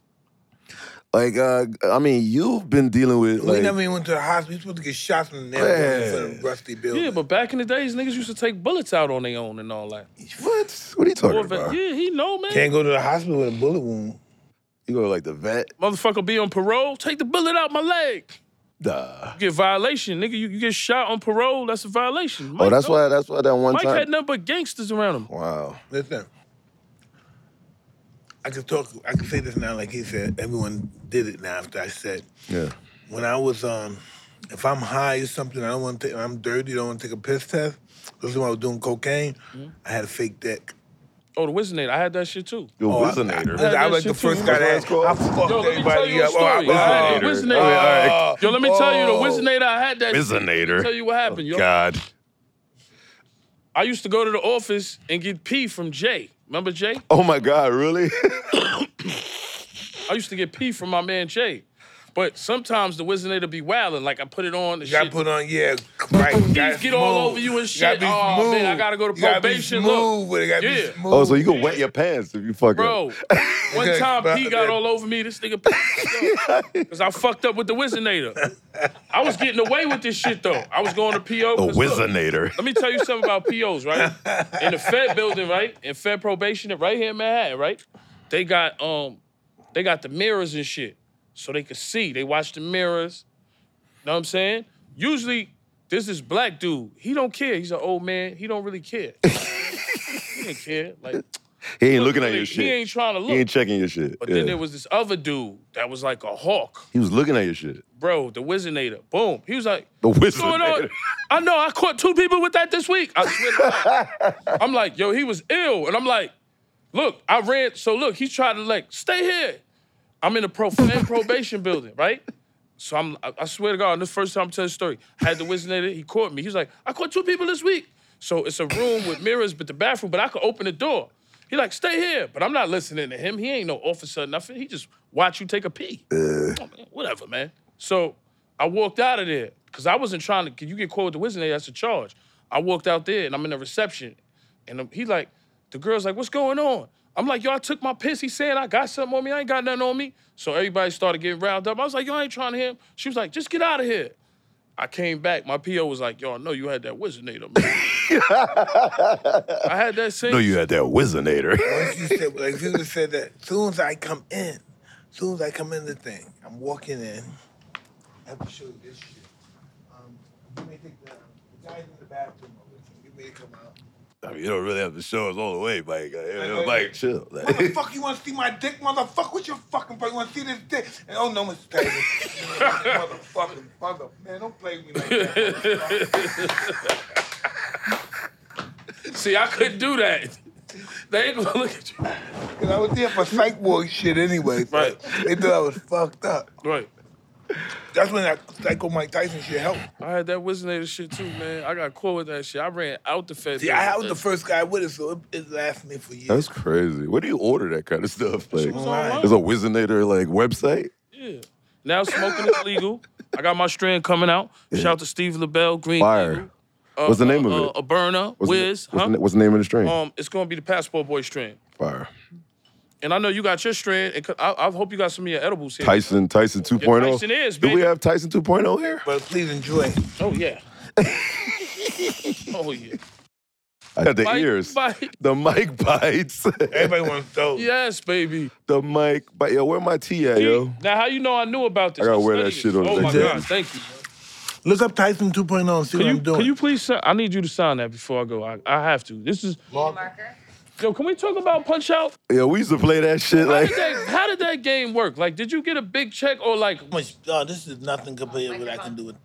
like uh, I mean, you've been dealing with we like, never even went to the hospital. We supposed to get shots in the Yeah. neck in the rusty building. Yeah, but back in the days, niggas used to take bullets out on their own and all that. what? What are you talking Or if- about? yeah, he know, man. can't go to the hospital with a bullet wound. You go to like the vet? Motherfucker be on parole, take the bullet out my leg. Nah. You get violation, nigga. You, you get shot on parole, that's a violation. Oh, Mike that's don't- why. That's why that one Mike had time. nothing but gangsters around him. Wow. Listen, I can talk. I can say this now, like he said. Everyone did it now. After I said, Yeah. when I was um, if I'm high or something, I don't want to. Take, I'm dirty. Don't want to take a piss test. This is when I was doing cocaine. Mm-hmm. I had a fake dick. Oh, the Wizinator, I had that shit too. Yo, Oh, I- Wizinator. I, I, I was That the shit first too. guy that That's what I it's fucked Yo, let me tell everybody you a up. Oh, I- story. Wizinator. I- Wizinator. All right, all right. Yo, let me tell you, the Oh. Wizinator, I had that. shit. Let me Wizinator. tell you what happened, yo. Oh, God. I used to go to the office and get pee from Jay. Remember Jay? Oh my God, really? I used to get pee from my man Jay. But sometimes the Wizinator be wildin'. Like I put it on and You gotta shit. put on, yeah, right. you gotta get all smooth. over you and gotta shit. be Aw, man, smooth. I gotta go to You gotta be probation. Look. Smooth, but it gotta Yeah. be smooth. oh, so you can wet your pants if you fuck Bro, up. one Okay, time bro, P got then- all over me. This nigga because I fucked up with the Wizinator. I was getting away with this shit though. I was going to PO. The 'cause look, Wizinator. Let me tell you something about POs, right? In the Fed building, right? In Fed probation, right here in Manhattan, right? They got um, they got the mirrors and shit, so they could see. They watch the mirrors. Know what I'm saying? Usually, there's this black dude. He don't care. He's an old man. He don't really care. he didn't care. Like He ain't looking at really, your he ain't shit. trying to look. He ain't checking your shit. But Yeah. then there was this other dude that was like a hawk, He was looking at your shit. bro, the Wizinator. Boom. He was like, The What's going on? Wizinator. I know I caught two people with that this week. I swear to God. I'm like, yo, he was ill. And I'm like, look, I ran. So look, he tried to like, stay here. I'm in a pro- fan probation building, right? So I'm I I swear to God, this first time I'm telling the story. I had the Wizinator, he caught me. He was like, I caught two people this week. So it's a room with mirrors, but the bathroom, but I could open the door. He like, stay here. But I'm not listening to him. He ain't no officer, nothing. He just watch you take a pee. Oh, man, whatever, man. So I walked out of there because I wasn't trying to. Cause you get caught with the wizard, that's a charge. I walked out there and I'm in the reception, and I'm- he like, the girl's like, "What's going on?" I'm like, "Yo, I took my piss." He's saying I got something on me. I ain't got nothing on me. So everybody started getting riled up. I was like, "Yo, I ain't trying to hear him." She was like, "Just get out of here." I came back. My PO was like, "Yo, I know you had that wizardator." Man. I had that same. No, you had that Wizinator. Once you said, like, if you would've said that, soon as I come in, soon as I come in the thing, I'm walking in. I have to show you this shit. Um, you may think that the guy's in the bathroom over there. You may come out. I mean, you don't really have to show us all the way, uh, Mike. know, Mike, Mike, chill. Motherfucker, you want to see my dick? Motherfucker, what's your fucking problem? You want to see this dick? And, oh, no, Mr. Taylor. Motherfucking mother. Man, don't play with me like that. See, I couldn't do that. They ain't gonna look at you. Because I was there for psych ward shit anyway. so Right. They thought I was fucked up. Right. That's when that psycho Mike Tyson shit helped. I had that Wizinator shit too, man. I got caught with that shit. I ran out the fed. See, I was the first guy with it, so it, it lasted me for years. That's crazy. Where do you order that kind of stuff? Like, was online. there's a Wizinator like website. Yeah. Now smoking is legal. I got my strand coming out. Shout out to Steve LaBelle, Green. Fire. Eagle, uh, What's the name of uh, it? Uh, Aberna, What's, Wiz, the, what's, huh? the, what's the name of the string? Um, it's gonna be the Passport Boy strand. Fire. And I know you got your strand. And c- I, I hope you got some of your edibles here. Tyson, Tyson 2.0. Tyson is, Do we baby. have Tyson 2.0 here? But please enjoy. Oh yeah. oh yeah. I got the Mike ears. bite. The mic bites. Everybody wants those. Yes, baby. the mic bite. Yo, where my tea at, yo? Now how you know I knew about this? I gotta I wear that studied shit it. on Oh my today. god, thank you. Look up Tyson 2.0 and see Can what you, I'm doing. can you please? si- I need you to sign that before I go. I, I have to. This is Marker. yo. Can we talk about Punch Out? Yo, we used to play that shit How like. did that, how did that game work? Like, did you get a big check or like? much? Oh, this is nothing compared to what I can do with.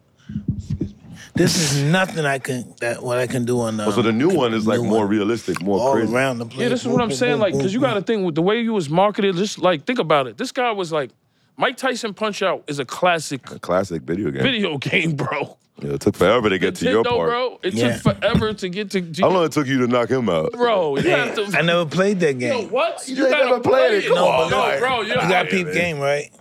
Excuse me. This is nothing I can that what I can do on. Um, Oh, So the new one is like New more one. realistic, more all crazy. around the place. Yeah, this is what I'm saying. Like, cause you got to think with the way you was marketed. Just like think about it. This guy was like, Mike Tyson Punch Out is a classic Classic video game. video game, bro. Yo, it took forever to get to your Nintendo, part. bro. It Yeah. took forever to get to. to How long it took you to knock him out? bro? You have to. I never played that game. Yo, what? You ain't never played it. No, Come on, no, Mike. bro. You're you out got here. peep game right.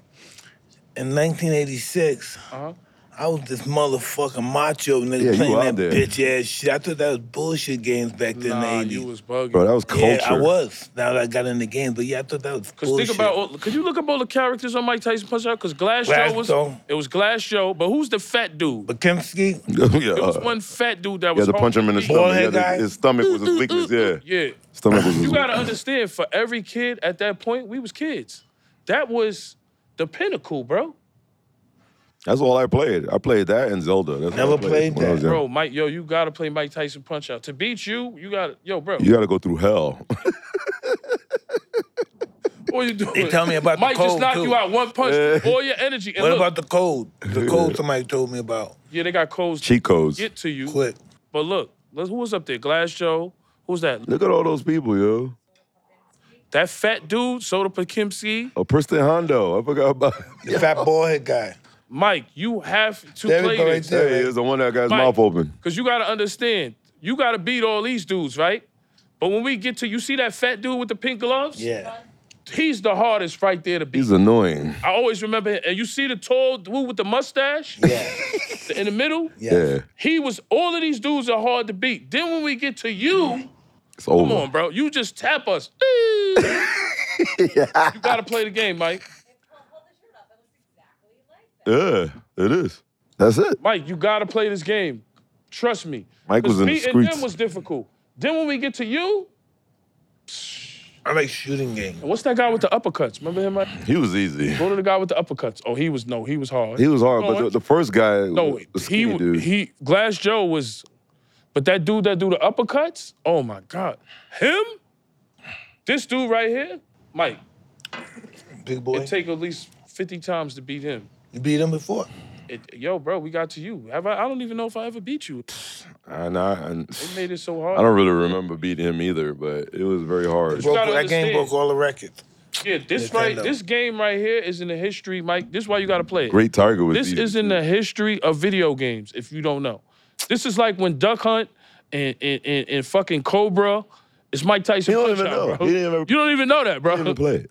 In 1986, Uh-huh. I was this motherfucking macho nigga Yeah, you playing out that there. bitch ass shit. I thought that was bullshit games back then Nah, in the 80s. you was bugging. Bro, that was culture. Yeah, I was. Now that I got in the game, but yeah, I thought that was Cause bullshit. think about, all, could you look up all the characters on Mike Tyson Punch Out? Cause Glass, Glass Joe was, Joe. it was Glass Joe, but who's the fat dude? Bakimsky, yeah, There was uh, one fat dude that you was had to punch him in the hard to Bald stomach. head Yeah, guy. his, his stomach was his weakness. Yeah, beat. Yeah, stomach was his you gotta weakness. understand. For every kid at that point, we was kids. that was the pinnacle, bro. That's all I played. I played that and Zelda. That's all I Never played when I was that. young. Bro, Mike, yo, you gotta play Mike Tyson Punch Out. To beat you, you gotta, yo, bro. You got to go through hell. All you doing? They tell me about the Mike just cold, knocked too. you out one punch, all your energy. And What look, about the code? The code somebody told me about. yeah, they got codes to Cheat codes. get to you. Quick. But look, let's- who was up there? Glass Joe. Who's that? Look at all those people, yo. That fat dude, Soda Pakimski. A Preston Hondo. I forgot about. The fat boyhead guy. Mike, you have to There we play go, right this. There he is, the one that got his Mike. mouth open. Because you got to understand, you got to beat all these dudes, right? But when we get to, you see that fat dude with the pink gloves? Yeah. He's the hardest right there to beat. He's annoying. I always remember him. And you see the tall dude with the mustache Yeah. in the middle? Yeah. Yeah, He was, all of these dudes are hard to beat. Then when we get to you, it's over. come on, bro, you just tap us. You got to play the game, Mike. Hold the shirt up. It looks exactly like that. Yeah, it is. That's it. Mike, you gotta play this game. Trust me. Mike was 'Cause in the beating streets. them was difficult. Then when we get to you, I like shooting games. what's that guy with the uppercuts? Remember him? Mike? He was easy. Go to the guy with the uppercuts. Oh, he was no, he was hard. He was hard, Go but the, on. the first guy, no, the he skinny dude, he Glass Joe was, but that dude that do the uppercuts, oh my god, him, this dude right here, Mike, Big boy. it take at least fifty times to beat him. you beat him before. It- yo, bro, we got to you. Have I? I don't even know if I ever beat you. and I, and It made it so I hard. don't really remember beating him either, but it was very hard. Broke, gotta that game understand. broke all the records. Yeah, this right, Nintendo. this game right here is in the history, Mike. This is why you got to play it. Great Tiger was This easy. is in the history of video games, if you don't know. This is like when Duck Hunt and and, and, and fucking Cobra, it's Mike Tyson. He don't punch even out, know. Bro. He didn't even- you don't even know that, I didn't bro. even play it.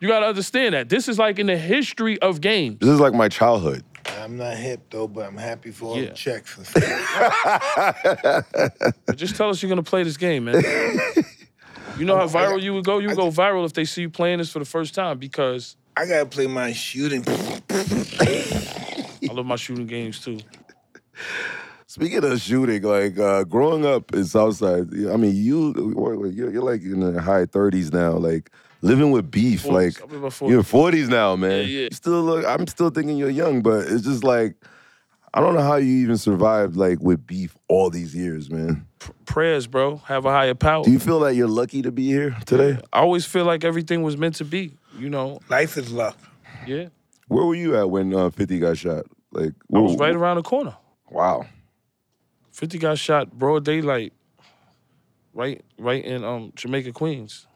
You gotta understand that. This is like in the history of games. This is like my childhood. I'm not hip though, but I'm happy for all Yeah. the checks and stuff. Just tell us you're gonna play this game, man. you Oh know how viral you would go? You would go viral if they see you playing this for the first time because I gotta play my shooting. I love my shooting games too. Speaking of shooting, like uh, growing up in Southside, I mean, you you're, you're like in the high 30s now, like living with beef, Forties. like I'm in my forties. you're 40s now, man. Yeah, yeah. You still look, I'm still thinking you're young, but it's just like I don't know how you even survived like with beef all these years, man. Prayers, bro. Have a higher power. Do you feel that you're lucky to be here today? I always feel like everything was meant to be, you know. Life is luck. Yeah. Where were you at when uh, 50 got shot? Like, I was right around the corner. wow. 50 got shot broad daylight right right in um Jamaica Queens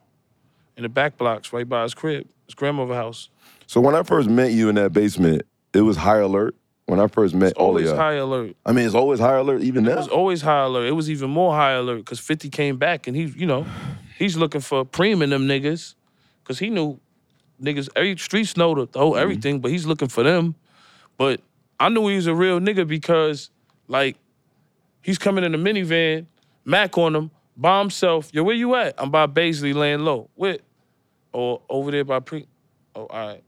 in the back blocks right by his crib his grandmother house So when I first met you in that basement, it was high alert. When I first met all of always y'all, high alert I mean, it's always high alert, even it now. was always high alert it was even more high alert cuz 50 came back and he you know he's looking for preem in them niggas cuz he knew niggas every streets know the, the whole everything but he's looking for them but I knew he was a real nigga because like he's coming in a minivan Mac on him by himself yo where you at I'm by Baisley laying low with or over there by pre. Oh, all right.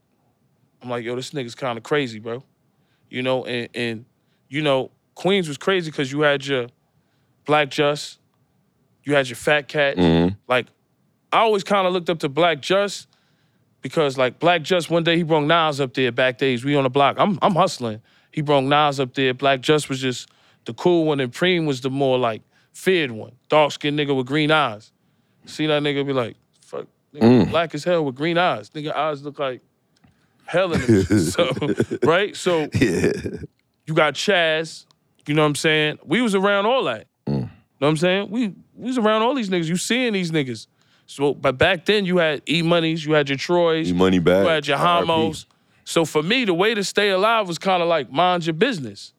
I'm like, yo, this nigga's kind of crazy, bro. You know, and and you know, Queens was crazy because you had your Black Just, you had your Fat Cat. Mm-hmm. Like, I always kind of looked up to Black Just because like Black Just, one day he brought Nas up there back days. We on the block. I'm I'm hustling. He brought Nas up there. Black Just was just the cool one, and Preem was the more like feared one, dark skinned nigga with green eyes. See that nigga be like, fuck, nigga, black as hell with green eyes. Nigga eyes look like hell in them. shits. so right, so Yeah. you got Chaz, you know what I'm saying? We was around all that. You know what I'm saying? We we was around all these niggas. You seeing these niggas. So but back then you had E Monies, you had your Troys, Your money back. you had your RIP. homos. So for me, the way to stay alive was kind of like mind your business.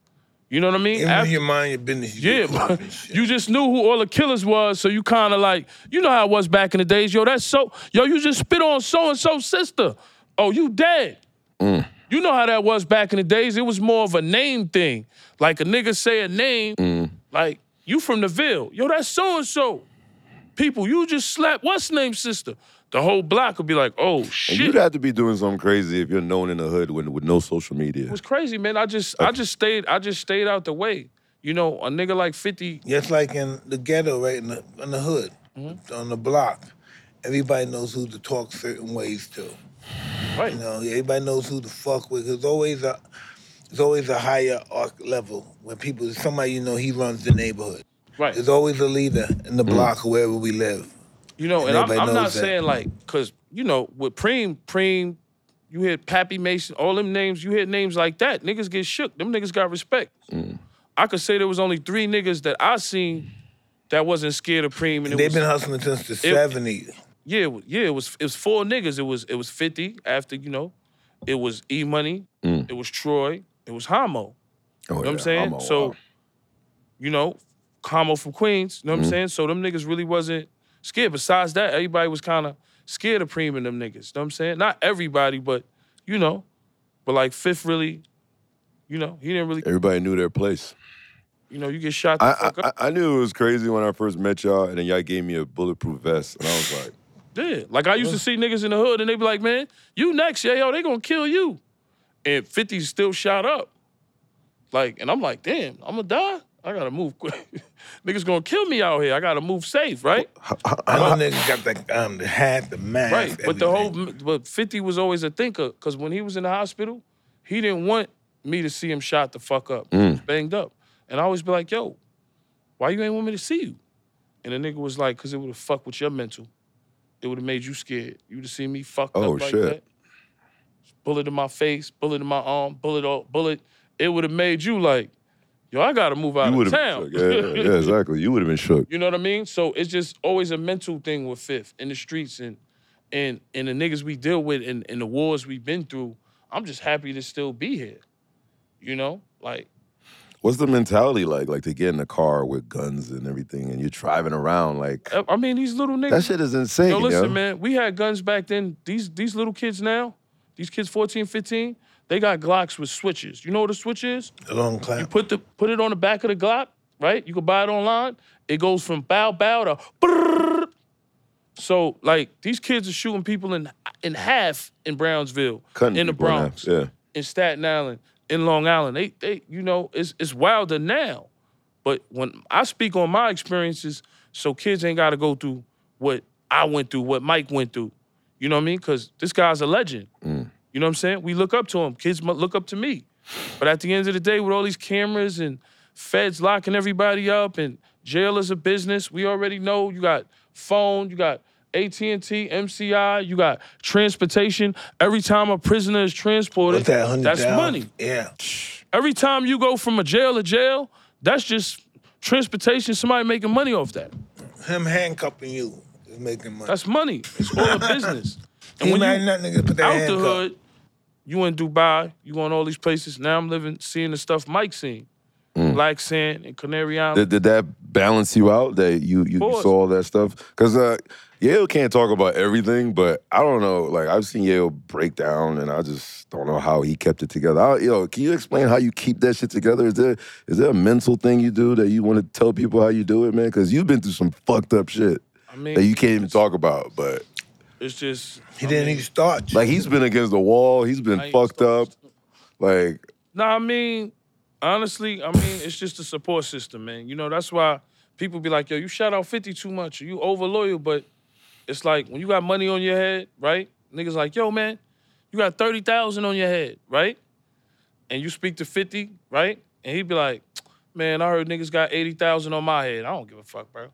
You know what I mean? Even After- when you mind your business, you yeah, get caught up in shit. you just knew who all the killers was, so you kind of like, you know how it was back in the days. Yo, that's so, yo, you just spit on so and so sister. Oh, you dead. You know how that was back in the days. It was more of a name thing. Like a nigga say a name, like you from the Ville. Yo, that's so and so. People, you just slapped what's name sister. The whole block would be like, oh And shit. You'd have to be doing something crazy if you're known in the hood when, with no social media. it was crazy, man. I just, I just stayed, I just stayed out the way. You know, a nigga like 50, Just like in the ghetto, right in the, Mm-hmm. in the hood, on the block, everybody knows who to talk certain ways to. Right. You know, everybody knows who to fuck with. There's always a, there's always a higher arc level when people, somebody you know, he runs the neighborhood. Right. There's always a leader in Mm. the block or wherever we live. You know, and I'm, Everybody I'm not knows that. saying like, cause you know, with Preem, Preem, you hear Pappy Mason, all them names, you hear names like that, niggas get shook. Them niggas got respect. Mm. I could say there was only three niggas that I seen that wasn't scared of Preem, and it They've was been hustling since the '70s. yeah, it was- yeah, it was it was four niggas. It was it was Fifty after you know, it was E Money, Mm. it was Troy, it was Hamo. Oh, You know what uh, I'm saying? so, you know, Como from Queens, you know what I'm saying? So them niggas really wasn't scared. Besides that, everybody was kind of scared of Preem and them niggas. You know what I'm saying? Not everybody, but you know, but like Fifth really, you know, he didn't really, everybody knew their place. you know, you get shot the I, fuck I up. I knew it was crazy when I first met y'all, and then y'all gave me a bulletproof vest, and I was like, Yeah. Like I used to see niggas in the hood and they be like, man, you next, yeah, yo, they gonna kill you. And 50 still shot up. Like, and I'm like, damn, I'm gonna die. I gotta move quick. niggas gonna kill me out here. I gotta move safe, right? I know niggas got the um the hat, the mask, Uh-huh. Right, but the whole everything. but Fifty was always a thinker because when he was in the hospital, he didn't want me to see him shot the fuck Mm. up, He was banged up, and I always be like, "Yo, why you ain't want me to see you?" And the nigga was like, "Cause it would have fucked with your mental. It would have made you scared. You would have seen me fucked Oh, up like shit. that. Bullet in my face, bullet in my arm, bullet all bullet. It would have made you like, yo, I gotta move out you of would town. have, yeah, yeah, yeah, exactly. You would have been shook. You know what I mean? So it's just always a mental thing with Fifth in the streets and and and the niggas we deal with and, and the wars we've been through. I'm just happy to still be here. You know? Like, What's the mentality like? Like to get in the car with guns and everything, and you're driving around like I I mean, these little niggas. that shit is insane. yo, listen, yo. man, we had guns back then. These these little kids now, these kids 14, 15, they got Glocks with switches. You know what a switch is? The long clap. Put the put it on the back of the Glock, right? You can buy it online. It goes from bow bow to brrrr. So like these kids are shooting people in in half in Brownsville, Cutting in the people in half, Bronx, yeah. in Staten Island, in Long Island. They they you know it's it's wilder now, but when I speak on my experiences, so kids ain't got to go through what I went through, what Mike went through. You know what I mean? Because this guy's a legend. Mm. You know what I'm saying? We look up to him. Kids mu- look up to me. But at the end of the day, with all these cameras and feds locking everybody up and jail is a business, we already know you got phone, you got AT&T, MCI, you got transportation. Every time a prisoner is transported, What's that? Hundred that's money. Yeah. Every time you go from a jail to jail, that's just transportation, somebody making money off that. Him handcuffing you is making money. That's money. It's all a business. he when you- mad that nigga put that out the handcuff. hood, you in Dubai, you on all these places. Now I'm living, seeing the stuff Mike seen. Black Sand and Canary Island. Did, did Mm. that balance you out? That you you course. saw all that stuff? Because uh, Yale can't talk about everything, but I don't know. Like I've seen Yale break down, and I just don't know how he kept it together. I, yo, can you explain how you keep that shit together? Is there is there a mental thing you do that you want to tell people how you do it, man? Because you've been through some fucked up shit I mean, that you can't even talk about, but. it's just He didn't even starch. Like he's been against the wall. He's been ain't fucked up. supposed Like Nah, I mean, honestly, I mean, it's just a support system, man. You know, that's why people be like, yo, you shout out 50 too much, or you over loyal, but it's like when you got money on your head, right? Niggas like, yo, man, you got 30,000 on your head, right? And you speak to 50, right? And he'd be like, man, I heard niggas got 80,000 on my head. I don't give a fuck, bro.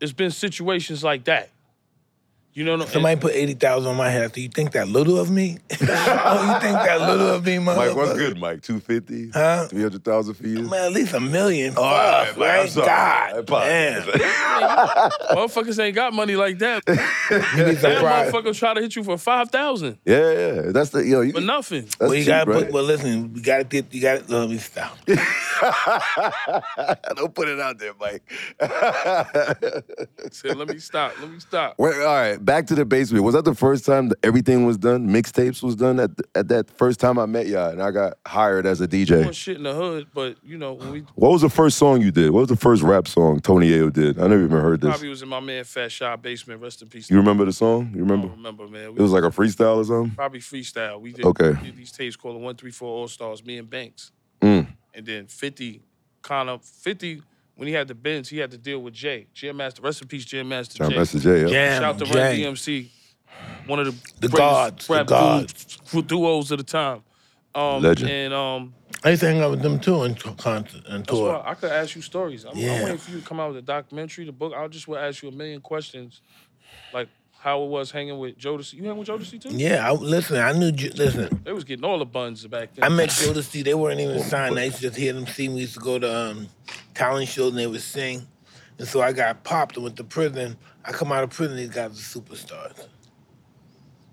It's been situations like that. You know what I'm Somebody put eighty thousand on my head. Do you think that little of me? oh, you think that little of me, motherfucker? Mike, what's good, Mike? 250? Huh? 300,000 for you? Man, at least a million. All right, Fuck, man, I'm right? sorry. I God, apologize. damn. Motherfuckers ain't got money like that. that You be surprised. motherfucker try to hit you for 5,000 yeah, yeah. That's the, you know, you, for nothing. that's Well, you cheap, gotta right? put. Well, listen, we gotta get. You gotta uh, let me stop. Don't put it out there, Mike. Said, let me stop. Let me stop. Wait, all right, back to the basement. Was that the first time that everything was done? Mixtapes was done at, at that first time I met y'all and I got hired as a Doing DJ. shit in the hood, but you know, when we What was the first song you did? What was the first rap song Tony Ayo did? I never even heard this. probably was in my man Fat Shot basement. Rest in peace. You remember the song? You I remember? don't remember, man. It We was like a freestyle or something? probably freestyle. We did, Okay. we did these tapes called One Three Four All Stars. Me and Banks, Mm. and then Fifty, kind of Fifty. When he had the Benz, he had to deal with Jay, Jam Master. Rest in peace, Jam Master. John Jay. Master J. yeah. Shout Jam, out to Run jam. DMC. You know one of the, The greatest gods, the rap gods. du- duos of the time. Um, Legend. And um, I used to hang out with them too in co- concert and that's tour. why I could ask you stories. I'm, Yeah. I'm waiting for you to come out with a documentary, the book. I just will ask you a million questions, like how it was hanging with Jodeci. You hang with Jodeci too? Yeah, I, listen, I knew. Ju- Listen, They was getting all the buns back then. I met Jodeci. They weren't even signed. I used to just hear them sing. We used to go to um, talent shows and they would sing. And so I got popped and went to prison. I come out of prison, these guys are superstars.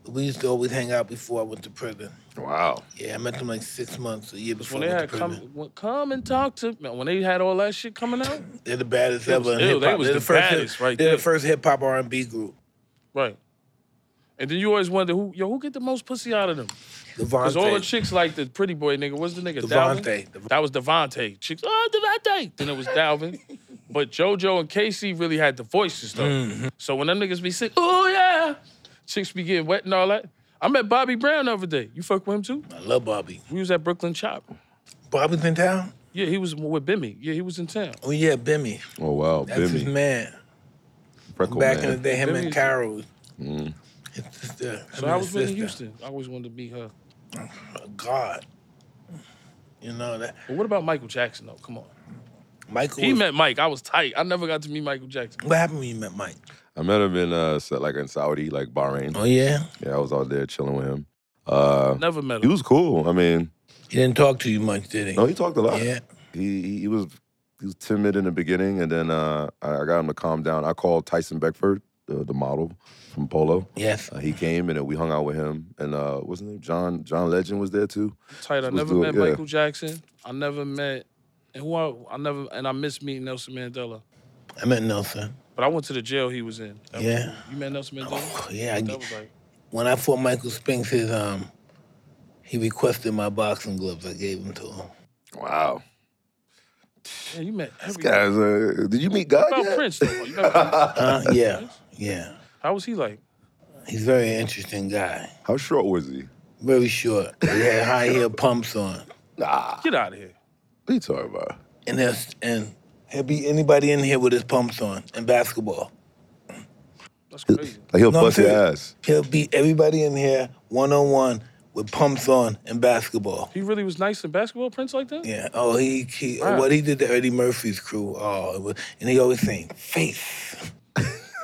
We used to always hang out before I went to prison. Wow. Yeah, I met them like six months, a year before when they I went had to prison. come, when, come and talk to man, when they had all that shit coming out, They're the baddest They ever was in ill. hip They hop. was They're the first hip- baddest right They're the there. first hip hop R and B group. right? And then you always wonder who yo who get the most pussy out of them. Cause all the Devontae. chicks like the pretty boy nigga. What's the nigga? Dalvin? Devontae. Dev- That was Devontae. Chicks, oh Devontae. Then it was Dalvin. but JoJo and KC really had the voices though. Mm-hmm. So when them niggas be sick, oh yeah, chicks be getting wet and all that. I met Bobby Brown the other day. You fuck with him too? I love Bobby. We was at Brooklyn Chop. Bobby's in town. Yeah, he was with Bimmy. Yeah, he was in town. Oh yeah, Bimmy. Oh wow, That's his Bimmy, man. freckle Back in the man. day, him and Bimmy's- Carol. His sister. him Mm. So and I his was in sister. Houston. I always wanted to be her. Oh, God. You know that But what about Michael Jackson though? Come on. Michael. He was- met Mike. I was tight. I never got to meet Michael Jackson. what happened when you met Mike? I met him in uh, Sa- like in Saudi, like Bahrain. Oh yeah, Yeah, I was out there chilling with him. Uh, Never met he him. was cool. I mean, he didn't talk to you much, did he? no, he talked a lot. Yeah. He he, he was he was timid in the beginning, and then uh, I I got him to calm down. I called Tyson Beckford, the, the model from Polo. Yes. Uh, he came and then we hung out with him, and uh, what's his name? John John Legend was there too. tight. I Let's never do it, met yeah. Michael Jackson. I never met and who I, I never and I missed meeting Nelson Mandela. I met Nelson. But I went to the jail he was in. That was Yeah. cool. you met Nelson Mandela. Oh, yeah, I, That was like when I fought Michael Spinks, his um, he requested my boxing gloves. I gave them to him. Wow, man, you met this everybody. guy's. Uh, did you meet God What about yet? Prince though? You met Prince? Uh, yeah, yeah. How was he like? He's a very interesting guy. How short was he? Very short. He had high heel pumps on. Nah, Get out of here. what are you talking about? And there's and he'll be anybody in here with his pumps on in basketball. That's crazy. Like he'll No, I'm bust your serious. ass. He'll beat everybody in here one on one with pumps on in basketball. He really was nice in basketball, Prince like that? Yeah. Oh, he, he Wow. what he did to Eddie Murphy's crew. Oh, it was, and he always saying face.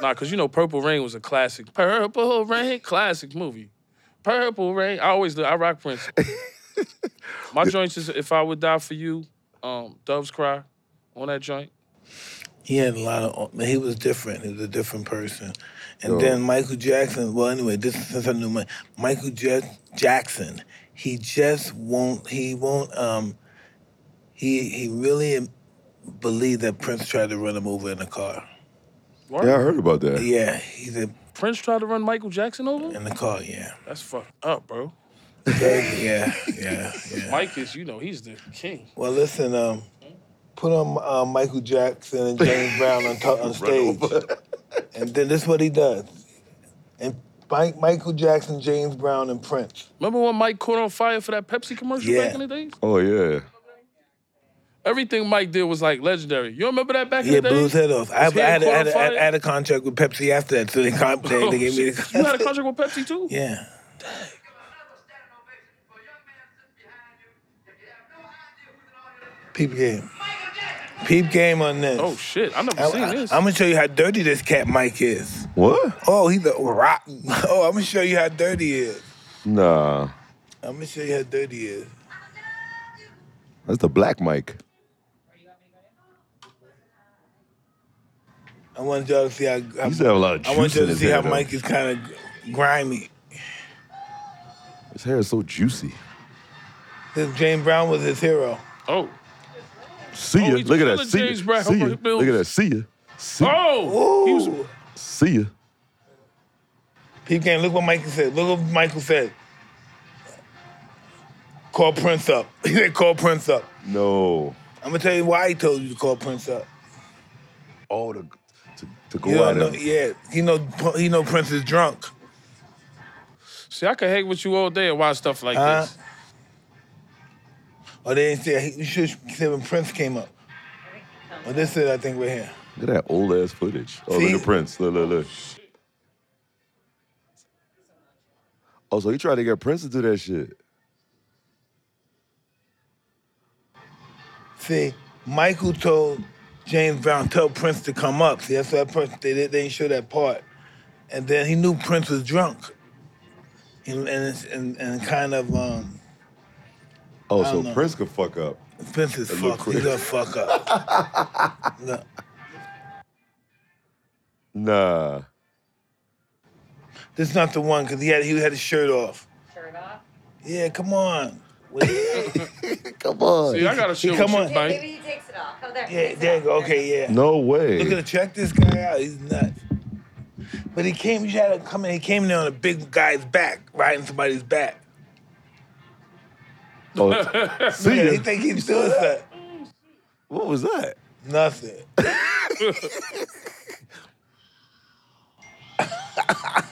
Nah, cause you know Purple Rain was a classic. Purple Rain, classic movie. Purple Rain. I always do. I rock Prince. My joints is if I would die for you, um, Doves Cry, on that joint. He had a lot of. He was different. He was a different person. And Yo. then Michael Jackson. Well, anyway, this is since I knew my, Michael Jack Jackson. He just won't. He won't. Um, he he really believed that Prince tried to run him over in a car. Word. Yeah, I heard about that. Yeah, he did Prince tried to run Michael Jackson over? in the car. Yeah, That's fucked up, bro. yeah, yeah, yeah. Mike is, you know, he's the king. Well, listen. Um, put on uh, Michael Jackson and James Brown on, top, on stage, and then this is what he does. And Mike, Michael Jackson, James Brown, and Prince. Remember when Mike caught on fire for that Pepsi commercial Yeah. back in the day? Oh yeah. Everything Mike did was like legendary. You remember that back Yeah, in the day? blew his head off. I, I, His head had, I, had, I, caught on had, fire? I had a contract with Pepsi after that, so they, con- they, they gave me the Oh, you had a contract with Pepsi too? yeah. Peep game. Peep game on this. Oh shit, I never I, seen this. am gonna show you how dirty this cat Mike is. What? Oh, he's a rotten. Oh, I'm gonna show you how dirty he is. Nah, I'm gonna show you how dirty he is. that's the black mic. I want y'all to see how. He used to have a lot of juice I want y'all in to his see hair, how though. Mike is kind of grimy. His hair is so juicy. This James Brown was his hero. oh. See ya. Oh, he's Look at that. killing See James ya. Brown See ya. for Bills. Look at that. See ya. See, Oh! He was Ooh. see ya. Peep game. Look what Michael said. Look what Michael said. Call Prince up. He said, call Prince up. No. I'm gonna tell you why he told you to call Prince up. Oh, to to, to You go don't out know, there. yeah, he know he know Prince is drunk. see, I could hang with you all day and watch stuff like Huh? this. Or Oh, they didn't say you should say when Prince came up. Or this is I think we're here. Look at that old ass footage. Oh, See? look at Prince. Look, look, look. Oh, so he tried to get Prince to do that shit. See, Michael told James Brown, tell Prince to come up. See, that's that person, they, didn't- they didn't show that part. And then he knew Prince was drunk. And, and, and, and kind of, um, Oh, I so don't know. Prince could fuck up. Prince is look fucked. He's gonna fuck up. Look, Nah. this is not the one, because he had, he had his shirt off. Shirt off. Yeah, come on. yeah, Come on. See, I gotta show come what on. you Yeah, think. maybe he takes it off. Oh, there. he takes it there you off. go. Okay, yeah. No way. Look at it, check this guy out. He's nuts. But he came, he had to come in, he came in there on a big guy's back, riding somebody's back. Oh, see Yeah, he ya. think he's suicide. What was that? Nothing.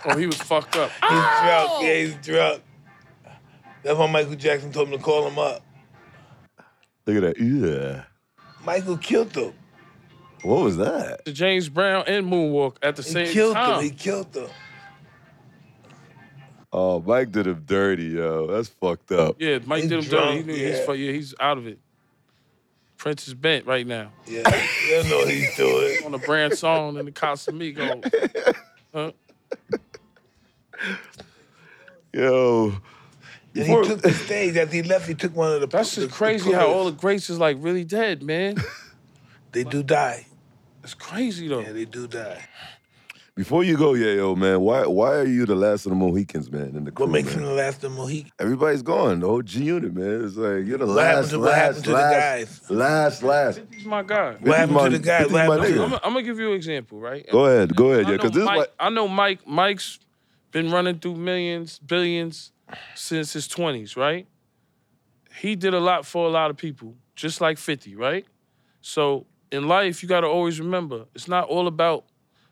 Oh, he was fucked up. He's drunk. Yeah, he's drunk. That's why Michael Jackson told him to call him up. Look at that. Yeah. Michael killed him. What was that? James Brown and Moonwalk at the He same killed him. time. He killed him. Oh, Mike did him dirty, yo. That's fucked up. Yeah, Mike He's did him dirty. He drunk, knew he's yeah. fu- yeah, he's out of it. Prince is bent right now Yeah, you know what he's doing. on a brand song in the Casamigo. Huh? Yo. And Before- he took the stage. After he left, he took one of the. That's the- just the crazy how players. all the greats is like really dead, man. they do die. It's crazy though. Yeah, they do die. Before you go, yeah, yo, man, why why are you the last of the Mohicans, man, in the crew? What makes him man? the last of Mohican? Everybody's gone. The whole G unit, man. It's like you're the What happened last, to- last, what happened to the last, last, last. He's my guy. What happened to my- the guy? this What is my happened to nigga. I'm gonna give you an example, right? Go ahead, go ahead, I yeah, know, because this is Mike, what I know Mike. Mike's been running through millions, billions since his twenties, right? He did a lot for a lot of people, just like Fifty, right? So in life, you gotta always remember, it's not all about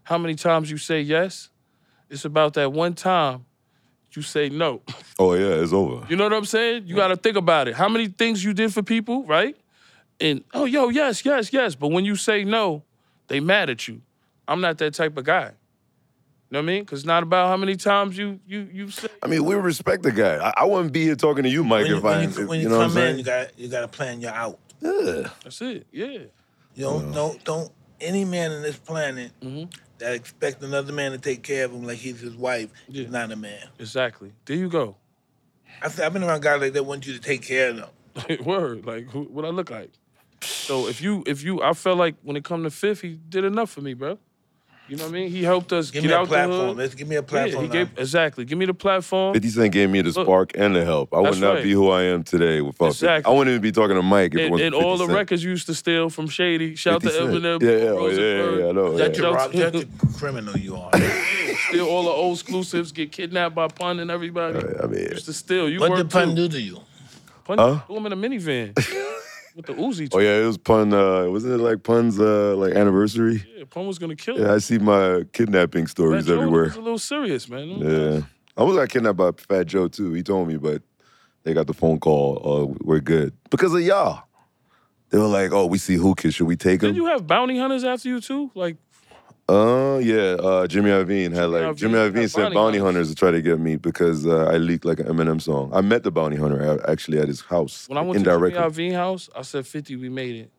how many times you say yes. It's about that one time you say no. Oh yeah, it's over. You know what I'm saying? You gotta think about it. How many things you did for people, right? And oh yo, yes, yes, yes. But when you say no, they mad at you. I'm not that type of guy. You know what I mean? Cause it's not about how many times you you you say I mean, we respect the guy. I, I wouldn't be here talking to you, Mike, When you, if I when if- you, when you know come what in, I'm you got you got to plan your out. saying? Yeah. that's it. Yeah. You don't don't don't any man on this planet Mm-hmm. that expect another man to take care of him like he's his wife Yeah. is not a man. Exactly. There you go. I said, I've been around guys like that want you to take care of them. Word. Like who, what I look like. So if you if you I felt like when it come to fifth, he did enough for me, bro. You know what I mean? He helped us Give get me a out the platform. hood. Let's give me a Yeah, platform. he now. gave exactly. Give me the platform. 50 Cent gave me the Look, spark and the help. I would that's not right. be who I am today without 50. Exactly. I wouldn't even be talking to Mike if it and, wasn't and 50 all the Cent. records you used to steal from Shady. Shout 50 out to Cent. Eminem. Yeah, yeah, oh, yeah, Rosenberg. yeah, I That know, yeah. You're joke- rob- that's a criminal you are. steal all the old exclusives, get kidnapped by Pun and everybody. I mean, Used to steal. You what worked did pun too. do to you? Pun Huh? threw him in a minivan with the Uzi. oh too. yeah, it was pun. Uh, wasn't it like pun's uh, like anniversary? yeah. Pun was gonna kill him. Yeah, I see my kidnapping Fat stories Joe everywhere. was a little serious, man. Yeah, I was got kidnapped by Fat Joe too. He told me, but they got the phone call. Uh, we're good because of y'all. They were like, "Oh, we see who kid. Should we take Didn't him?" you have bounty hunters after you too? Like Uh, yeah. Uh, Jimmy Iovine had like Iovine Jimmy had Iovine sent bounty bounty hunters. hunters to try to get me because uh, I leaked like an Eminem song. I met the bounty hunter a- actually at his house when I went indirectly. to Jimmy Iovine house, I said fifty, we made it.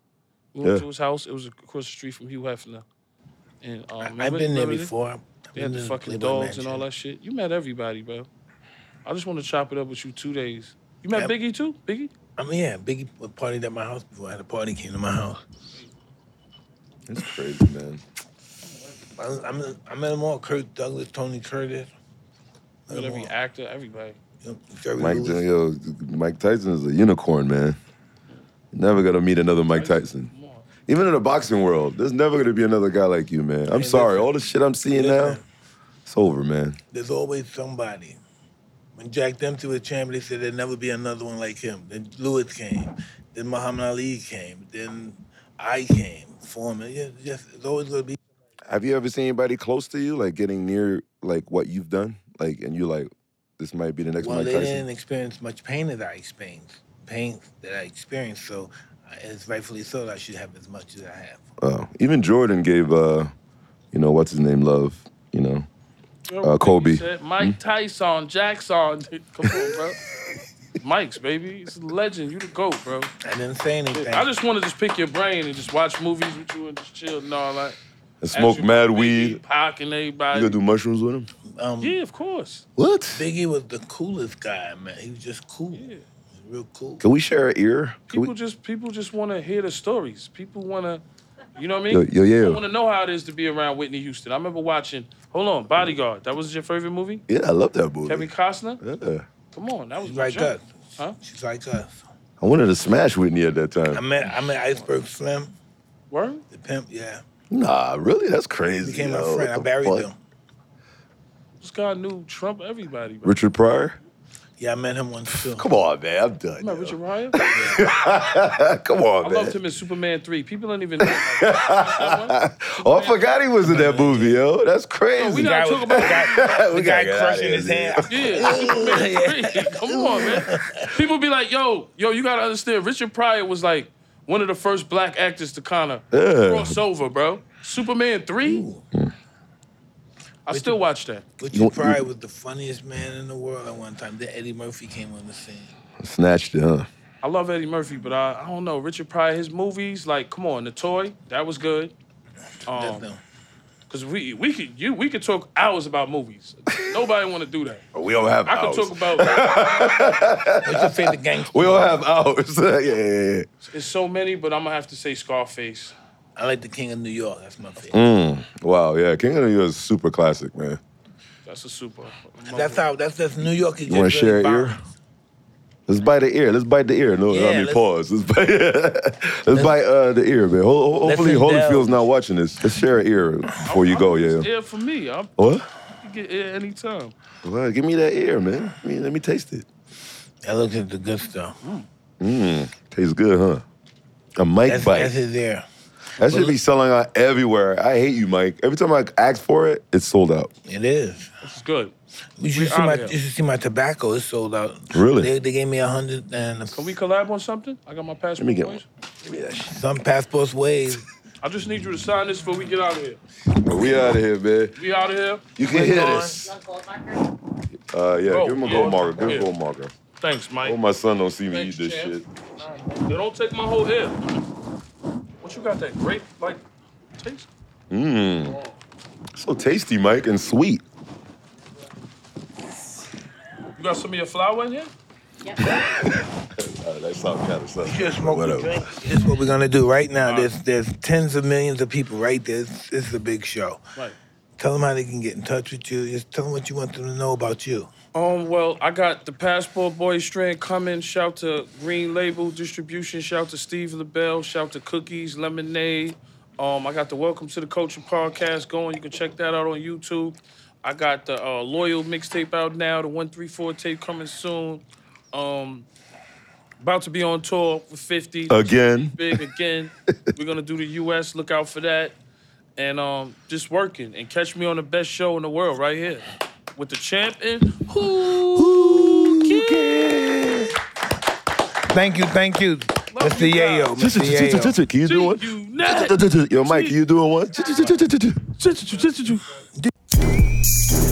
We went Yeah. to his house. It was across the street from Hugh Hefner. And um, I've remember- been there remember that? before. I've They been had the to fucking Playboy dogs Mansion. and all that shit. You met everybody, bro. I just want to chop it up with you two days. You met Yeah. Biggie too? Biggie? I mean, yeah, Biggie partied at my house before. I had a party came to my house. That's crazy, man. I, was- I, met, I met them all: Kirk Douglas, Tony Curtis, met With them every all. actor, everybody. You know, Jerry Mike, Lewis. yo, Mike Tyson is a unicorn, man. Never gonna meet another Mike Tyson. Come on. Even in the boxing world, there's never gonna be another guy like you, man. I'm Hey, sorry. listen. All the shit I'm seeing now, Listen. it's over, man. There's always somebody. When Jack Dempsey was champion, they said there'd never be another one like him. Then Lewis came. Then Muhammad Ali came. Then I came. Foreman. Yeah, yes, it's always going to be. Have you ever seen anybody close to you, like getting near, like what you've done, like, and you're like, this might be the next Well, Mike they Tyson? didn't experience much pain that I experienced. Pain that I experienced. So I- it's rightfully so that I should have as much as I have. Oh, even Jordan gave, uh, you know, what's his name, love. You know, Uh, Kobe. Hmm? He said, Mike Tyson, Jackson. Come on, bro. Mike's baby, he's a legend. You the goat, bro. I didn't say anything. I just want to just pick your brain and just watch movies with you and just chill and all that. And smoke mad weed. Pac and You everybody. gonna do mushrooms with him? um, yeah, of course. What? Biggie was the coolest guy, man. He was just cool, Yeah. real cool. Can we share an ear? Can People we? just people just want to hear the stories. People want to, you know what I mean? Yo, yo, People yeah. want to know how it is to be around Whitney Houston. I remember watching. Hold on, Bodyguard. That was your favorite movie. Yeah, I love that Kevin movie. Costner. Yeah. Come on, that was She's my like us. jam. Huh? She's like us. I wanted to smash Whitney at that I time. met I met Iceberg Slim, Word? the pimp. Yeah, Nah, really? That's crazy. became yo. my friend. What I the buried fuck? him. This guy knew Trump. Everybody. Bro. Richard Pryor? Yeah, I met him once too. Come on, man. I'm done. Remember yo. Richard Ryan? Come on, I man. loved him in Superman three. People don't even know. That one. Oh, I forgot he was in that movie, yo. That's No, crazy. we not talking about that. the We guy gotta get outta crushing here, his dude. hand. Yeah, Superman 3. Come on, man. People be like, yo, yo, you gotta understand. Richard Pryor was like one of the first black actors to kind of Yeah. cross over, bro. Superman three. I still watch that. You- Richard you- Pryor was the funniest man in the world at one time. Then Eddie Murphy came on the scene. Snatched it, huh? I love Eddie Murphy, but I, I don't know Richard Pryor. His movies, like, come on, The Toy, that was good. That's Um, them. Cause we we could you we could talk hours about movies. Nobody want to do that. But we don't have I could hours. talk about What's your favorite gangster? we don't have hours. yeah, yeah, yeah. it's so many, but I'm gonna have to say Scarface. I like the King of New York. That's my favorite. Mm. Wow, yeah. King of New York is super classic, man. That's a super. That's how. That's that's New York. You want to share an ear? Let's bite the ear. Let's bite the ear. No, Yeah, I mean let's- pause. Let's bite, let's bite uh, the ear, man. Ho- ho- hopefully, Let's indulge. Holyfield's not watching this. Let's share an ear before you go. Yeah. Yeah, for me, I'm What? You get it anytime. Well, give me that ear, man. Let me, let me taste it. That looks at the good stuff. Mm. Tastes good, huh? A mic That's, bite. that's his ear. that should be selling out everywhere. I hate you, Mike. Every time I ask for it, it's sold out. It is. It's good. You should, see outta my, here. you should see my tobacco. It's sold out. Really? They, they gave me a hundred and Can we collab on something? I got my passport. me get boys. some passports waived. I just need you to sign this before we get out of here. But we out of here, man. We out of here. You can hear this. Want gold marker? Uh, yeah, Bro, give him a yeah. gold marker. Give him Yeah. a gold marker. Thanks, Mike. Oh, my son don't see me eat Thanks, this champ. shit. They don't take my whole ear. What you got that grape like taste? So tasty, Mike, and sweet. You got some of your flour in here? Uh, that's all kind of stuff. Just smoke a drink. This is what we're gonna do right now. There's there's tens of millions of people right there. It's, it's a big show. Right. Tell them how they can get in touch with you. Just tell them what you want them to know about you. Um, well, I got the Passport Boy strand coming. Shout to Green Label Distribution. Shout to Steve LaBelle. Shout to Cookies, Lemonade. Um, I got the Welcome to the Culture podcast going. You can check that out on YouTube. I got the uh, Loyal mixtape out now. The 134 tape coming soon. Um, about to be on tour with 50. Oh, Again. Big again. We're going to do the U.S. Look out for that. And um, just working. And catch me on the best show in the world right here with the champ and Who cares? Thank you, thank you, Mr. you guys. Yayo, Mr. Yayo. Can you do one? you next. Yo, Mike, can you doing one? Choo-choo-choo-choo-choo.